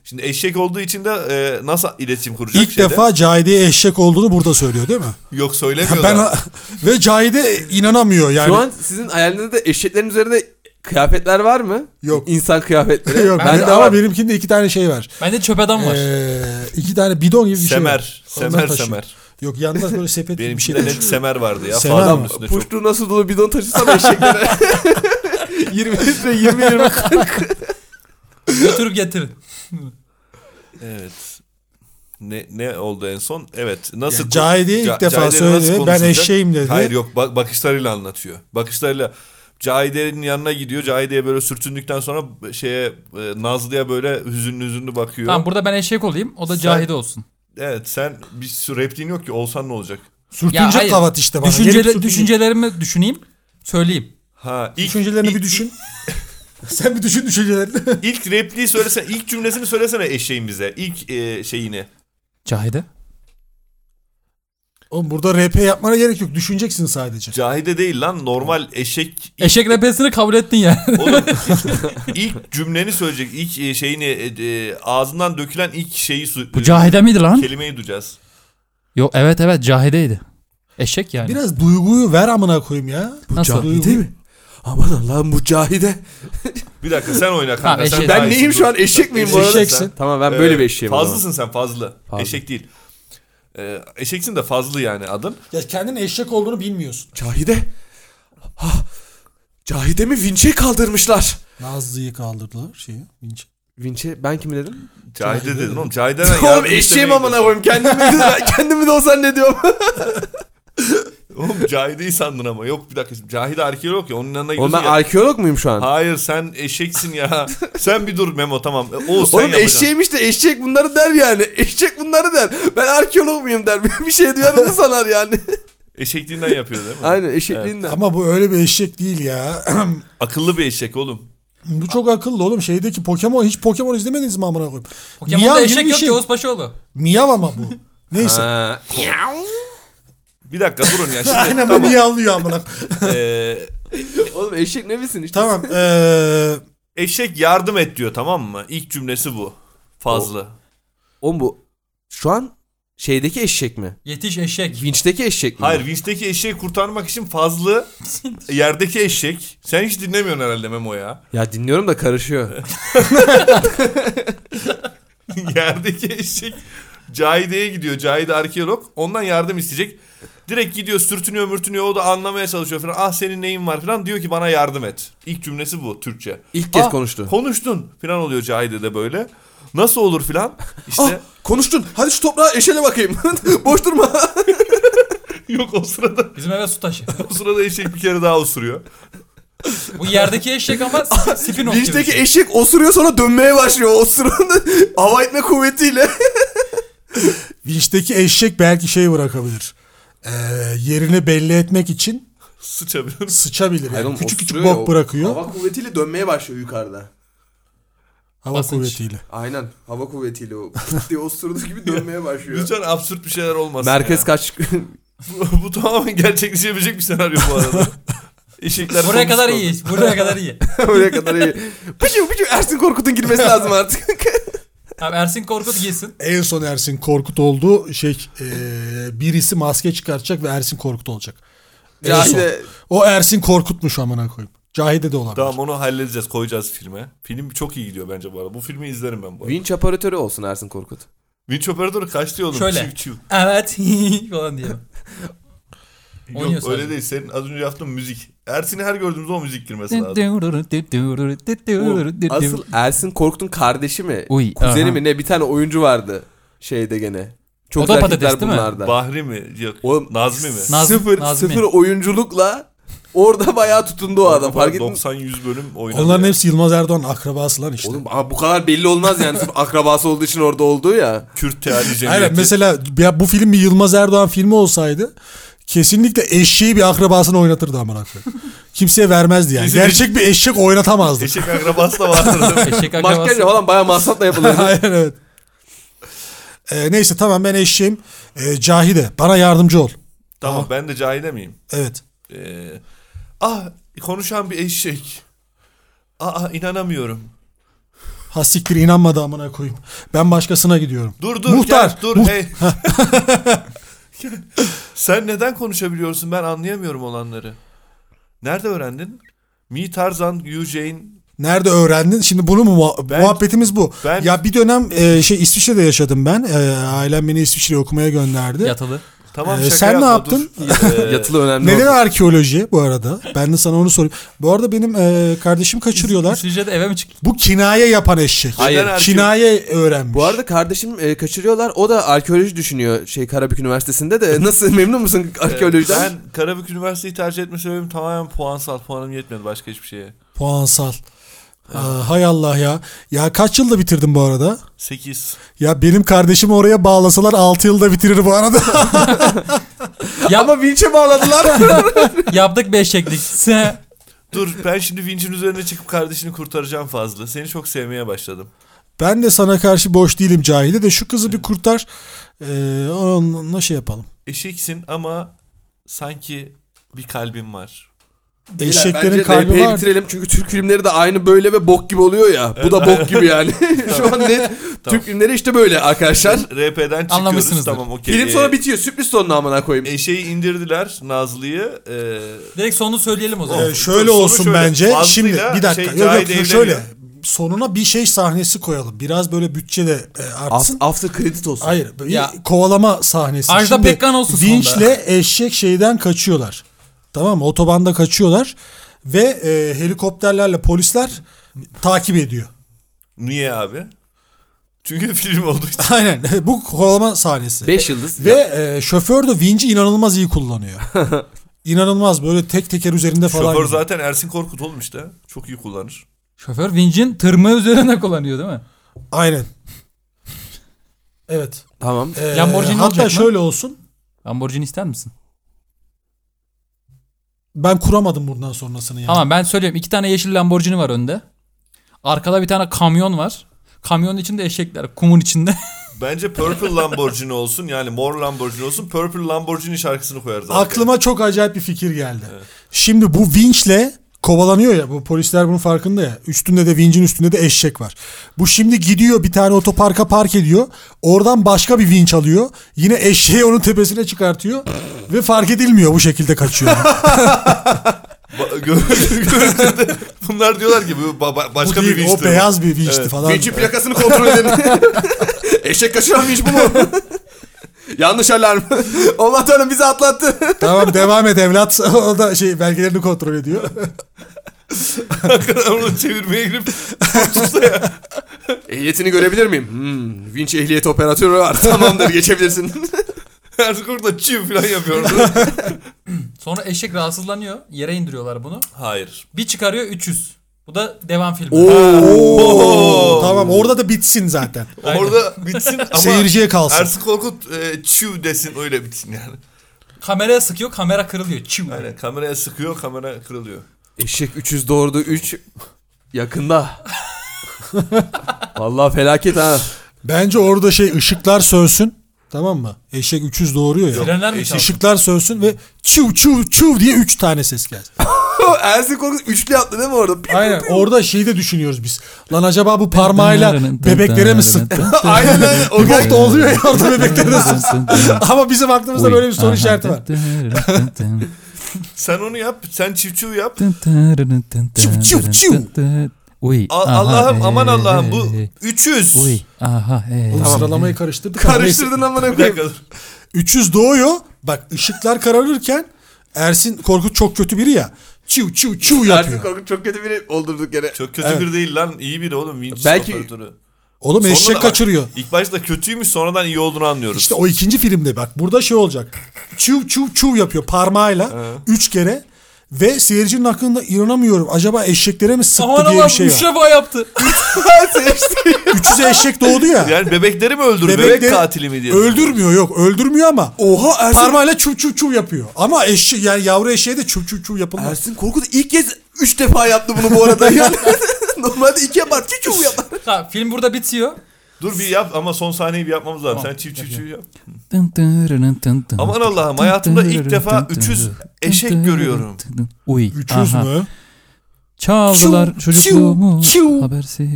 Speaker 1: Şimdi eşek olduğu için de e, nasıl iletişim kuracak
Speaker 3: İlk
Speaker 1: şeyde?
Speaker 3: defa Cahide'ye eşek olduğunu burada söylüyor değil mi?
Speaker 1: Yok söylemiyorlar.
Speaker 3: Ben şey ve Cahide inanamıyor yani.
Speaker 2: Şu an sizin hayalinizde eşeklerin üzerinde kıyafetler var mı?
Speaker 3: Yok.
Speaker 2: İnsan kıyafetleri.
Speaker 3: Yok,
Speaker 2: Ben
Speaker 3: ben
Speaker 2: de
Speaker 3: ama
Speaker 2: var.
Speaker 3: benimkinde iki tane şey var.
Speaker 4: Bende çöp adam var.
Speaker 3: Ee, iki tane bidon gibi bir şey
Speaker 1: Semer.
Speaker 3: var. Ondan
Speaker 1: Semer
Speaker 3: taşıyor.
Speaker 1: semer.
Speaker 3: Yok yanında böyle sepet gibi
Speaker 1: Benim
Speaker 3: bir şey.
Speaker 1: içinde net semer vardı ya.
Speaker 3: Semer
Speaker 1: Fazlının
Speaker 3: mi?
Speaker 1: üstünde çok.
Speaker 2: Puştu nasıl dolu bidon taşısana eşeklere. 20 litre 20 20
Speaker 4: Götürüp getirin.
Speaker 1: Evet. Ne, ne oldu en son? Evet. Nasıl?
Speaker 3: Ya Cahide ilk defa
Speaker 1: Cahide'yle
Speaker 3: söyledi,
Speaker 1: nasıl
Speaker 3: ben
Speaker 1: konuşulacak?
Speaker 3: eşeğim dedi.
Speaker 1: Hayır yok bak, bakışlarıyla anlatıyor. Bakışlarıyla Cahide'nin yanına gidiyor. Cahide'ye böyle sürtündükten sonra şeye e, Nazlı'ya böyle hüzünlü hüzünlü bakıyor.
Speaker 4: Tamam burada ben eşek olayım. O da
Speaker 1: Sen-
Speaker 4: cahide olsun.
Speaker 1: Evet sen bir sürü repliğin yok ki olsan ne olacak?
Speaker 4: Ya
Speaker 3: Sürtünce
Speaker 4: hayır.
Speaker 3: kavat işte bana. Gelip
Speaker 4: Düşüncele-
Speaker 3: sürtünce-
Speaker 4: düşüncelerimi düşüneyim. Söyleyeyim.
Speaker 1: Ha ilk,
Speaker 3: Düşüncelerini
Speaker 1: ilk,
Speaker 3: bir düşün. Sen bir düşün düşüncelerini.
Speaker 1: ilk repliği söylesene. ilk cümlesini söylesene eşeğin bize. İlk e, şeyini.
Speaker 4: Cahide.
Speaker 3: Oğlum burada RP yapmana gerek yok. Düşüneceksin sadece.
Speaker 1: Cahide değil lan normal eşek. ilk-
Speaker 4: Eşek repesini kabul ettin ya.
Speaker 1: Oğlum ilk cümleni söyleyecek. İlk e, şeyini e, e, ağzından dökülen ilk şeyi su-
Speaker 4: Bu cahide miydi lan?
Speaker 1: kelimeyi duyacağız.
Speaker 4: Yok evet evet cahideydi. Eşek yani.
Speaker 3: Biraz duyguyu ver amına koyayım ya.
Speaker 4: Nasıl?
Speaker 3: Duygu-
Speaker 2: Cahide mi? Aman Allah'ım bu cahide.
Speaker 1: Bir dakika sen oyna kanka.
Speaker 4: Tamam,
Speaker 1: sen
Speaker 4: eşek.
Speaker 1: daha
Speaker 2: Ben
Speaker 1: iyisin.
Speaker 2: neyim şu
Speaker 1: Dur.
Speaker 2: an eşek miyim bu
Speaker 1: Eşek
Speaker 2: arada?
Speaker 3: Eşeksin.
Speaker 2: Tamam ben böyle
Speaker 1: Ee,
Speaker 2: bir eşeğim. o zaman.
Speaker 1: Fazlasın sen fazla.
Speaker 2: Fazla.
Speaker 1: Eşek değil. Ee, eşeksin de fazla yani adın.
Speaker 3: Ya kendin eşek olduğunu bilmiyorsun.
Speaker 2: Cahide. Ah, Cahide mi vinçe kaldırmışlar?
Speaker 3: Nazlı'yı kaldırdılar şeyi. Vinç.
Speaker 2: Vinçe ben kimi dedim?
Speaker 1: Cahide dedin oğlum. Cahide ben
Speaker 2: Oğlum
Speaker 1: yardım
Speaker 2: eşeğim
Speaker 1: istemeye
Speaker 2: amına koyayım. Kendimi, kendimi de o zannediyorum.
Speaker 1: gidiyorum. Oğlum Cahide'yi sandın ama. Yok bir dakika. şimdi Cahide arkeolog ya onun yanına
Speaker 2: Oğlum
Speaker 1: gidiyorsun
Speaker 2: ben
Speaker 1: ya.
Speaker 2: arkeolog muyum şu an?
Speaker 1: Hayır sen eşeksin ya. sen bir dur Memo tamam. E, Oğuz sen
Speaker 2: Oğlum
Speaker 1: yapacaksın.
Speaker 2: eşeğiymiş de eşek bunları der yani. Eşek bunları der. Ben arkeolog muyum der. bir şey duyarını sanar yani.
Speaker 1: Eşekliğinden yapıyor değil mi?
Speaker 2: Aynen eşekliğinden.
Speaker 3: Ama bu öyle bir eşek değil ya.
Speaker 1: Akıllı bir eşek oğlum.
Speaker 3: bu çok akıllı oğlum. Şeydeki Pokemon hiç Pokemon izlemediniz mi amına koyayım?
Speaker 4: Pokemon'da
Speaker 3: Miyav gibi
Speaker 4: eşek
Speaker 3: bir
Speaker 4: yok
Speaker 3: şey.
Speaker 4: ki Oğuz Paşaoğlu.
Speaker 3: Miyav ama bu. Neyse.
Speaker 2: Ha.
Speaker 1: Bir dakika durun ya. Şimdi,
Speaker 3: Aynen bu
Speaker 1: tamam.
Speaker 3: miyavlıyor amına.
Speaker 1: Ee,
Speaker 2: Oğlum eşek ne bilsin işte.
Speaker 3: tamam. eee
Speaker 1: eşek yardım et diyor tamam mı? İlk cümlesi bu. Fazla.
Speaker 2: Oğlum bu şu an şeydeki eşek mi?
Speaker 4: Yetiş eşek.
Speaker 2: Vinçteki eşek mi?
Speaker 1: Hayır Vinç'teki eşeği kurtarmak için fazla yerdeki eşek. Sen hiç dinlemiyorsun herhalde Memo ya.
Speaker 2: Ya dinliyorum da karışıyor.
Speaker 1: yerdeki eşek Cahide'ye gidiyor. Cahide arkeolog. Ondan yardım isteyecek. Direkt gidiyor sürtünüyor mürtünüyor o da anlamaya çalışıyor falan. Ah senin neyin var falan diyor ki bana yardım et. İlk cümlesi bu Türkçe.
Speaker 2: İlk kez
Speaker 1: Ah,
Speaker 2: konuştu.
Speaker 1: Konuştun falan oluyor Cahide de böyle. Nasıl olur falan.
Speaker 2: Ah,
Speaker 1: İşte
Speaker 2: konuştun. Hadi şu toprağa eşele bakayım. Boş durma.
Speaker 1: yok o sırada
Speaker 4: Bizim eve su taşı.
Speaker 1: o sırada eşek bir kere daha osuruyor.
Speaker 4: Bu yerdeki eşek ama spin off gibi. bir
Speaker 2: Vinçteki
Speaker 4: şey.
Speaker 2: eşek osuruyor sonra dönmeye başlıyor. Osurun hava itme kuvvetiyle.
Speaker 3: Vinç'teki eşek belki şey bırakabilir. Eee, yerini belli etmek için
Speaker 1: Sıçabilir.
Speaker 3: sıçabilir. Yani.
Speaker 2: Hayır oğlum,
Speaker 3: küçük küçük
Speaker 2: osuruyor ya,
Speaker 3: bok
Speaker 2: o
Speaker 3: bırakıyor hava,
Speaker 2: Hava kuvvetiyle dönmeye başlıyor yukarıda.
Speaker 4: basınç.
Speaker 3: kuvvetiyle.
Speaker 2: Aynen. Hava kuvvetiyle o diye osurduğu gibi dönmeye başlıyor.
Speaker 1: Lütfen absürt bir şeyler olmasın
Speaker 2: Merkez
Speaker 1: ya.
Speaker 2: kaç
Speaker 1: bu, bu tamamen gerçekleşebilecek bir senaryo bu arada. Eşekler
Speaker 4: Buraya kadar
Speaker 1: konuştu.
Speaker 4: iyi. Buraya kadar iyi.
Speaker 2: oraya kadar iyi. Pıçı pıçı Ersin Korkut'un girmesi lazım artık.
Speaker 4: Abi Ersin Korkut yesin.
Speaker 3: En son Ersin Korkut oldu. Şey eee, birisi maske çıkartacak ve Ersin Korkut olacak. En son.
Speaker 2: Cahide
Speaker 3: O Ersin Korkut'muş amına koyayım. Cahide de olabilir.
Speaker 1: Tamam onu halledeceğiz koyacağız filme. Film çok iyi gidiyor bence bu arada. Bu filmi izlerim ben bu arada.
Speaker 2: vinç operatörü olsun Ersin Korkut.
Speaker 1: Winch Operator'u kaçtı oğlum.
Speaker 4: Şöyle.
Speaker 1: Çiv çiv.
Speaker 4: Evet falan diye.
Speaker 1: Yok
Speaker 4: Oynuyor
Speaker 1: öyle
Speaker 4: sadece.
Speaker 1: değil. Senin az önce yaptığın müzik. Ersin'i her gördüğümüzde o müzik girmesi lazım.
Speaker 2: Asıl Ersin Korkut'un kardeşi mi?
Speaker 4: Uy,
Speaker 2: kuzeni
Speaker 4: aha.
Speaker 2: mi ne bir tane oyuncu vardı şeyde gene. Çok
Speaker 4: O da
Speaker 2: erkekler
Speaker 4: patates değil mi?
Speaker 2: bunlardan.
Speaker 1: Bahri mi? Yok.
Speaker 2: Oğlum,
Speaker 1: Nazmi mi?
Speaker 4: Naz-
Speaker 2: sıfır,
Speaker 4: Nazmi.
Speaker 2: sıfır oyunculukla orada bayağı tutundu o adam. Fark ettin mi?
Speaker 1: 90-100 bölüm oynadı.
Speaker 3: Onların
Speaker 1: ya.
Speaker 3: hepsi Yılmaz Erdoğan akrabası lan işte.
Speaker 2: Oğlum aa, bu kadar belli olmaz yani. Sırf akrabası olduğu için orada olduğu ya.
Speaker 1: Kürt teali cemiyeti.
Speaker 3: Aynen mesela ya bu film bir Yılmaz Erdoğan filmi olsaydı kesinlikle eşeği bir akrabasını oynatırdı amına koyayım. Kimseye vermezdi yani.
Speaker 1: Kesinlikle.
Speaker 3: Gerçek bir eşek oynatamazdı.
Speaker 1: Eşek akrabası da vardır değil mi?
Speaker 4: Eşek
Speaker 2: Makyaj
Speaker 4: akrabası.
Speaker 2: falan bayağı masrafla yapılıyor.
Speaker 3: Aynen evet. Ee, neyse tamam ben eşeğim. Ee, Cahide bana yardımcı ol.
Speaker 1: tamam ben de cahile miyim?
Speaker 3: Evet.
Speaker 1: Ee, ah konuşan bir eşek. Aa inanamıyorum.
Speaker 3: Ha siktir inanmadı amına koyayım. Ben başkasına gidiyorum.
Speaker 1: Dur dur
Speaker 3: Muhtar,
Speaker 1: gel, dur
Speaker 3: muht-
Speaker 1: hey. Gel. Sen neden konuşabiliyorsun ben anlayamıyorum olanları. Nerede öğrendin? Mi Tarzan, Eugene.
Speaker 3: Nerede öğrendin? Şimdi bunu mu muha-
Speaker 1: Ben-
Speaker 3: muhabbetimiz bu.
Speaker 1: ben-
Speaker 3: ya bir dönem e, şey İsviçre'de yaşadım ben. E, ailem beni İsviçre'ye okumaya gönderdi.
Speaker 4: Yatılı.
Speaker 1: Tamam
Speaker 3: Ee,
Speaker 1: şaka
Speaker 3: sen ne
Speaker 1: yapma, dur. Ee,
Speaker 2: Yatılı önemli.
Speaker 3: Neden
Speaker 2: oldu.
Speaker 3: arkeoloji bu arada? Ben de sana onu sorayım. Bu arada benim e, kardeşim kaçırıyorlar.
Speaker 4: Sizce eve mi çıktı?
Speaker 3: Bu kinaye yapan eşek.
Speaker 1: Hayır.
Speaker 3: Neden arkeoloji? Kinaye öğrenmiş.
Speaker 2: Bu arada kardeşim e, kaçırıyorlar. O da arkeoloji düşünüyor şey Karabük Üniversitesi'nde de. Nasıl memnun musun arkeolojiden?
Speaker 1: Ee, Ben Karabük Üniversitesi'yi tercih etme sebebim tamamen puansal. Puanım yetmedi başka hiçbir şeye.
Speaker 3: puansal. Aa, hay Allah ya. Ya kaç yılda bitirdin bu arada?
Speaker 1: 8.
Speaker 3: Ya benim kardeşimi oraya bağlasalar 6 yılda bitirir bu arada.
Speaker 4: Yap,
Speaker 2: Ama vinçe bağladılar.
Speaker 4: yaptık bir eşeklik. Se-
Speaker 1: Dur ben şimdi vinçin üzerine çıkıp kardeşini kurtaracağım Fazlı. Seni çok sevmeye başladım.
Speaker 3: ben de sana karşı boş değilim cahili de şu kızı bir kurtar. Ee, onunla şey yapalım.
Speaker 1: Eşeksin ama sanki bir kalbin var.
Speaker 3: Eşeklerin
Speaker 2: kalbi
Speaker 3: kalbi var.
Speaker 2: bitirelim çünkü Türk filmleri de aynı böyle ve bok gibi oluyor ya. Bu da bok gibi yani. Şu an net Türk filmleri işte böyle arkadaşlar.
Speaker 1: RP'den çıkıyoruz.
Speaker 4: Anlamışsınızdır.
Speaker 1: Tamam okey.
Speaker 2: Film
Speaker 1: Ee,
Speaker 2: sonra bitiyor. Sürpriz sonuna amına koyayım.
Speaker 1: e, şeyi indirdiler Nazlı'yı. Ee,
Speaker 4: Direkt sonunu söyleyelim o zaman.
Speaker 3: Ee, şöyle
Speaker 1: Sonu
Speaker 3: olsun
Speaker 1: şöyle,
Speaker 3: bence.
Speaker 1: Fazlı'yla
Speaker 3: Şimdi bir dakika.
Speaker 1: şey,
Speaker 3: Yok, yok,
Speaker 1: Cahide'yle
Speaker 3: şöyle
Speaker 1: mi?
Speaker 3: sonuna bir şey sahnesi koyalım. Biraz böyle bütçe de e,
Speaker 2: Af-
Speaker 3: artsın.
Speaker 2: After credit olsun.
Speaker 3: Hayır, bir
Speaker 4: Ya.
Speaker 3: kovalama sahnesi.
Speaker 4: Ajda
Speaker 3: Şimdi
Speaker 4: Pekkan olsun sonunda.
Speaker 3: Vinç'le eşek şeyden kaçıyorlar. Tamam mı? Otobanda kaçıyorlar ve e, helikopterlerle polisler takip ediyor.
Speaker 1: niye abi? Çünkü film olduğu için.
Speaker 3: Aynen. Bu kovalama sahnesi.
Speaker 2: 5 yıldız.
Speaker 3: Ve e, şoför de vinci inanılmaz iyi kullanıyor. inanılmaz böyle tek teker üzerinde falan.
Speaker 1: Şoför
Speaker 3: gidiyor.
Speaker 1: zaten Ersin Korkut olmuş da. Çok iyi kullanır.
Speaker 4: Şoför vincin tırmığı üzerine kullanıyor değil mi?
Speaker 3: Aynen. Evet.
Speaker 2: Tamam.
Speaker 3: E,
Speaker 4: Lamborghini
Speaker 3: hatta
Speaker 4: olacak mı?
Speaker 3: şöyle olsun.
Speaker 4: Lamborghini ister misin?
Speaker 3: Ben kuramadım bundan sonrasını yani.
Speaker 4: Tamam ben söylüyorum. İki tane yeşil Lamborghini var önde. Arkada bir tane kamyon var. Kamyonun içinde eşekler kumun içinde.
Speaker 1: Bence Purple Lamborghini olsun. Yani mor Lamborghini olsun. Purple Lamborghini şarkısını koyar zaten.
Speaker 3: Aklıma çok acayip bir fikir geldi. Şimdi bu vinçle kovalanıyor ya bu polisler bunun farkında ya. Üstünde de vincin üstünde de eşek var. Bu şimdi gidiyor bir tane otoparka park ediyor. Oradan başka bir vinç alıyor. Yine eşeği onun tepesine çıkartıyor ve fark edilmiyor bu şekilde kaçıyor.
Speaker 1: Ba- gö- görüntüde bunlar diyorlar ki bu ba- ba-
Speaker 3: bu
Speaker 1: başka
Speaker 3: değil,
Speaker 1: bir
Speaker 3: o
Speaker 1: vinçtir.
Speaker 3: beyaz bir vinçti falan.
Speaker 2: Vinci plakasını kontrol edin. Eşek kaçıran Vinci bu mu? Yanlış alarm. Allah tanrım bizi atlattı.
Speaker 3: tamam devam et evlat. o da şey belgelerini kontrol ediyor.
Speaker 1: Hakikaten onu çevirmeye girip tutsa ya.
Speaker 2: Ehliyetini görebilir miyim? Hmm, Vinci ehliyet operatörü var. Tamamdır geçebilirsin.
Speaker 1: Ersin Korkut da çiğ falan yapıyor. orada.
Speaker 4: Sonra eşek rahatsızlanıyor. Yere indiriyorlar bunu.
Speaker 1: Hayır.
Speaker 4: Bir çıkarıyor 300. Bu da devam filmi.
Speaker 3: Oo. Tamam orada da bitsin zaten.
Speaker 1: Orada bitsin ama
Speaker 3: Seyirciye kalsın.
Speaker 1: Ersin Korkut e, çiv desin öyle bitsin yani.
Speaker 4: Kameraya sıkıyor kamera kırılıyor. Çiv.
Speaker 1: Aynen kameraya sıkıyor kamera kırılıyor.
Speaker 2: Eşek 300 doğurdu 3 yakında. Vallahi felaket ha.
Speaker 3: Bence orada şey ışıklar sönsün. Tamam mı? Eşek 300 doğuruyor ya.
Speaker 4: Frenler mi çaldı?
Speaker 3: Işıklar sönsün ve çuv çuv çuv diye 3 tane ses gelsin.
Speaker 2: Ersin Korkut üçlü yaptı değil mi orada? Pi-
Speaker 3: Aynen orada şeyi de düşünüyoruz biz. Lan acaba bu parmağıyla bebeklere mi sıktı?
Speaker 2: Aynen öyle. O
Speaker 3: Bir bok da
Speaker 2: gerçekten-
Speaker 3: oluyor ya orada bebeklere de sıktı. Ama bizim aklımızda böyle bir soru işareti var.
Speaker 1: Sen onu yap. Sen çiv çiv yap.
Speaker 3: Çiv çiv çiv.
Speaker 4: Uy.
Speaker 1: A- Allah'ım aman Allah'ım bu 300.
Speaker 4: Ee, Uy. Aha. Ee.
Speaker 3: Oğlum sıralamayı karıştırdık. ama neyse.
Speaker 2: Karıştırdın amına
Speaker 1: Bir
Speaker 2: koyayım.
Speaker 1: dakika.
Speaker 3: 300 doğuyor. Bak ışıklar kararırken Ersin Korkut çok kötü biri ya. Çiv çiv çiv
Speaker 2: Ersin
Speaker 3: yapıyor.
Speaker 2: Korkut çok kötü biri oldurduk yere.
Speaker 1: Çok kötü bir değil lan. İyi biri oğlum. Vinci
Speaker 2: Belki-
Speaker 1: operatörü.
Speaker 3: Oğlum
Speaker 1: Sonra da-
Speaker 3: eşek kaçırıyor.
Speaker 1: İlk başta kötüymüş sonradan iyi olduğunu anlıyoruz.
Speaker 3: İşte o ikinci filmde bak burada şey olacak. Çuv çuv çuv yapıyor parmağıyla. Üç kere. Ve seyircinin aklında inanamıyorum. Acaba eşeklere mi sıktı
Speaker 4: Aman
Speaker 3: diye bir
Speaker 4: Allah'ım
Speaker 3: şey var.
Speaker 4: müşefa yaptı.
Speaker 3: Üç yüze eşek doğdu ya.
Speaker 1: Yani bebekleri mi öldürür?
Speaker 3: Bebekleri-
Speaker 1: Bebek katili mi diye.
Speaker 3: öldürmüyor yok öldürmüyor ama.
Speaker 2: Oha Ersin,
Speaker 3: Parmağıyla çuv çuv çuv yapıyor. Ama eşi yani yavru eşeğe de çuv çuv çuv yapılmaz.
Speaker 2: Ersin Korkut ilk kez 3 defa yaptı bunu bu arada. Yani normalde 2 yapar. Çiçu yapar.
Speaker 4: Ha, film burada bitiyor.
Speaker 1: Dur bir yap ama son sahneyi bir yapmamız lazım. Sen çiv çiv çiv yap. Aman
Speaker 5: Aman
Speaker 1: Allah'ım hayatımda ilk defa 300 eşek görüyorum.
Speaker 5: Uy.
Speaker 3: Üçüz
Speaker 5: aha.
Speaker 3: mü?
Speaker 5: Çaldılar
Speaker 3: Çiu,
Speaker 5: çocukluğumu.
Speaker 3: çiu, çiu.
Speaker 5: Habersiz.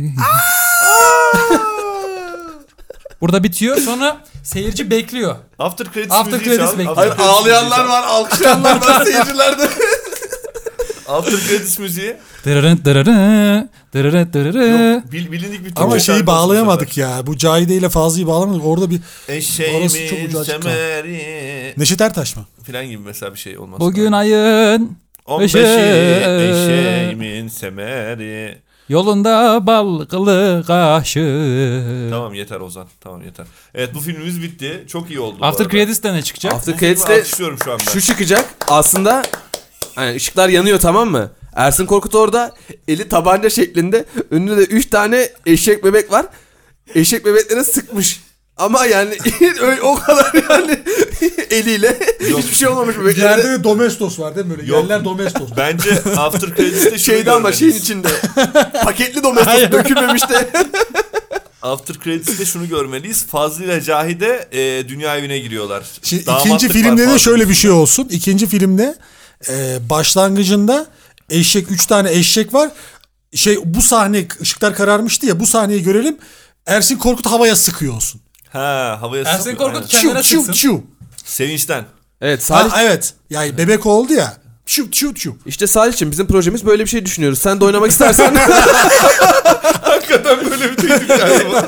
Speaker 4: Burada bitiyor. Sonra seyirci bekliyor.
Speaker 1: After credits
Speaker 4: After
Speaker 1: müziği
Speaker 4: credits
Speaker 1: çal.
Speaker 4: bekliyor.
Speaker 1: After
Speaker 2: Hayır
Speaker 1: credits müziği
Speaker 2: ağlayanlar
Speaker 1: çal.
Speaker 2: var, alkışlayanlar var seyircilerde.
Speaker 1: After credits müziği.
Speaker 5: Dırırın dırırı, dırırı
Speaker 4: Ee,
Speaker 5: dırırı.
Speaker 1: Bil, bilindik bir
Speaker 3: Ama
Speaker 1: Türkçe
Speaker 3: şeyi
Speaker 1: şarkı bu
Speaker 3: bağlayamadık
Speaker 1: sefer.
Speaker 3: ya. Bu Cahide ile Fazlı'yı bağlamadık. Orada bir Orası çok ucu
Speaker 1: Eşeğimin
Speaker 3: açık kaldı.
Speaker 1: semeri.
Speaker 3: Neşet Ertaş mı?
Speaker 1: Filan gibi mesela bir şey olmaz.
Speaker 5: Bugün ayın
Speaker 1: 15'i
Speaker 3: şey.
Speaker 5: eşeği-
Speaker 1: eşeğimin semeri.
Speaker 5: yolunda balgılı kaşı.
Speaker 1: Tamam yeter Ozan. Tamam yeter. Evet bu filmimiz bitti. Çok iyi oldu. bu
Speaker 4: After
Speaker 1: arada.
Speaker 4: Credits'te ne çıkacak?
Speaker 2: After
Speaker 1: Filmi
Speaker 2: Credits'te
Speaker 1: alkışlıyorum şu an ben.
Speaker 2: şu çıkacak. Aslında hani ışıklar yanıyor tamam mı? Ersin Korkut orada eli tabanca şeklinde. Önünde de 3 tane eşek bebek var. Eşek bebeklere sıkmış. Ama yani öyle o kadar yani eliyle hiçbir şey olmamış bebeklere.
Speaker 3: Yerde de domestos var değil mi? Böyle
Speaker 1: Yok.
Speaker 3: yerler domestos.
Speaker 1: Bence After Credits'te şunu
Speaker 2: Şeyden var şeyin
Speaker 1: görmeliyiz.
Speaker 2: içinde. Paketli domestos dökülmemiş de.
Speaker 1: After Credits'te şunu görmeliyiz. Fazlı ile Cahide e, dünya evine giriyorlar.
Speaker 3: Şimdi
Speaker 1: Damatlık
Speaker 3: ikinci
Speaker 1: var
Speaker 3: filmde de
Speaker 1: Fazlı'nın.
Speaker 3: şöyle bir şey olsun. İkinci filmde e, başlangıcında Eşek 3 tane eşek var. Şey bu sahne ışıklar kararmıştı ya bu sahneyi görelim. Ersin Korkut havaya sıkıyor olsun.
Speaker 1: Ha havaya
Speaker 4: Ersin
Speaker 1: sıkıyor,
Speaker 4: Korkut
Speaker 1: aynen.
Speaker 4: Sen
Speaker 3: Çiu
Speaker 4: nereye
Speaker 3: çiu
Speaker 4: sıksın?
Speaker 3: çiu.
Speaker 1: Sevinçten.
Speaker 2: Evet Salih.
Speaker 3: Ha, evet. Yani bebek oldu ya. Çiu çiu çiu.
Speaker 2: İşte Salih'cim bizim projemiz böyle bir şey düşünüyoruz. Sen de oynamak istersen
Speaker 1: Hakikaten böyle bir teklif geldi bana.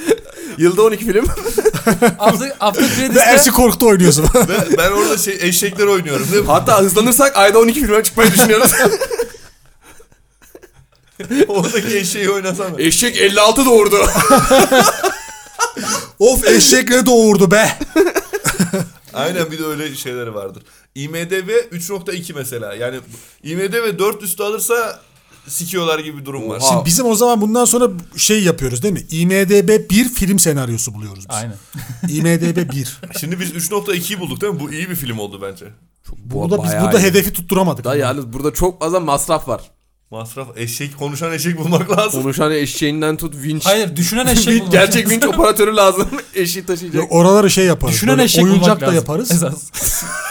Speaker 2: yılda 12 film.
Speaker 4: After, after
Speaker 3: Ve Ersin
Speaker 4: Credits'te
Speaker 3: Korkut oynuyorsun.
Speaker 1: Ben, ben orada şey, eşekler oynuyorum değil mi?
Speaker 2: Hatta hızlanırsak ayda 12 filme çıkmayı düşünüyoruz.
Speaker 1: Oradaki eşeği oynasana.
Speaker 2: Eşek 56 doğurdu.
Speaker 3: of eşekle doğurdu be.
Speaker 1: Aynen bir de öyle şeyleri vardır. IMDB 3.2 mesela. Yani IMDB 4 üstü alırsa sikiyorlar gibi bir durum var.
Speaker 2: Oha.
Speaker 1: Şimdi
Speaker 2: Aa.
Speaker 3: Bizim o zaman bundan sonra şey yapıyoruz değil mi? IMDB 1 film senaryosu buluyoruz biz.
Speaker 4: Aynen.
Speaker 3: IMDB 1.
Speaker 1: Şimdi biz 3.2'yi bulduk değil mi? Bu iyi bir film oldu bence.
Speaker 2: Bu
Speaker 3: Burada biz burada hedefi tutturamadık.
Speaker 2: Da yalnız burada çok fazla masraf var.
Speaker 1: Masraf eşek konuşan eşek bulmak lazım.
Speaker 2: Konuşan eşeğinden tut vinç.
Speaker 4: Hayır düşünen eşek bulmak.
Speaker 2: Gerçek vinç operatörü lazım. Eşeği taşıyacak.
Speaker 3: Yok, oraları şey yaparız.
Speaker 4: Düşünen
Speaker 3: böyle
Speaker 4: eşek bulmak
Speaker 3: oyuncak da
Speaker 4: lazım.
Speaker 3: yaparız.
Speaker 4: Esas.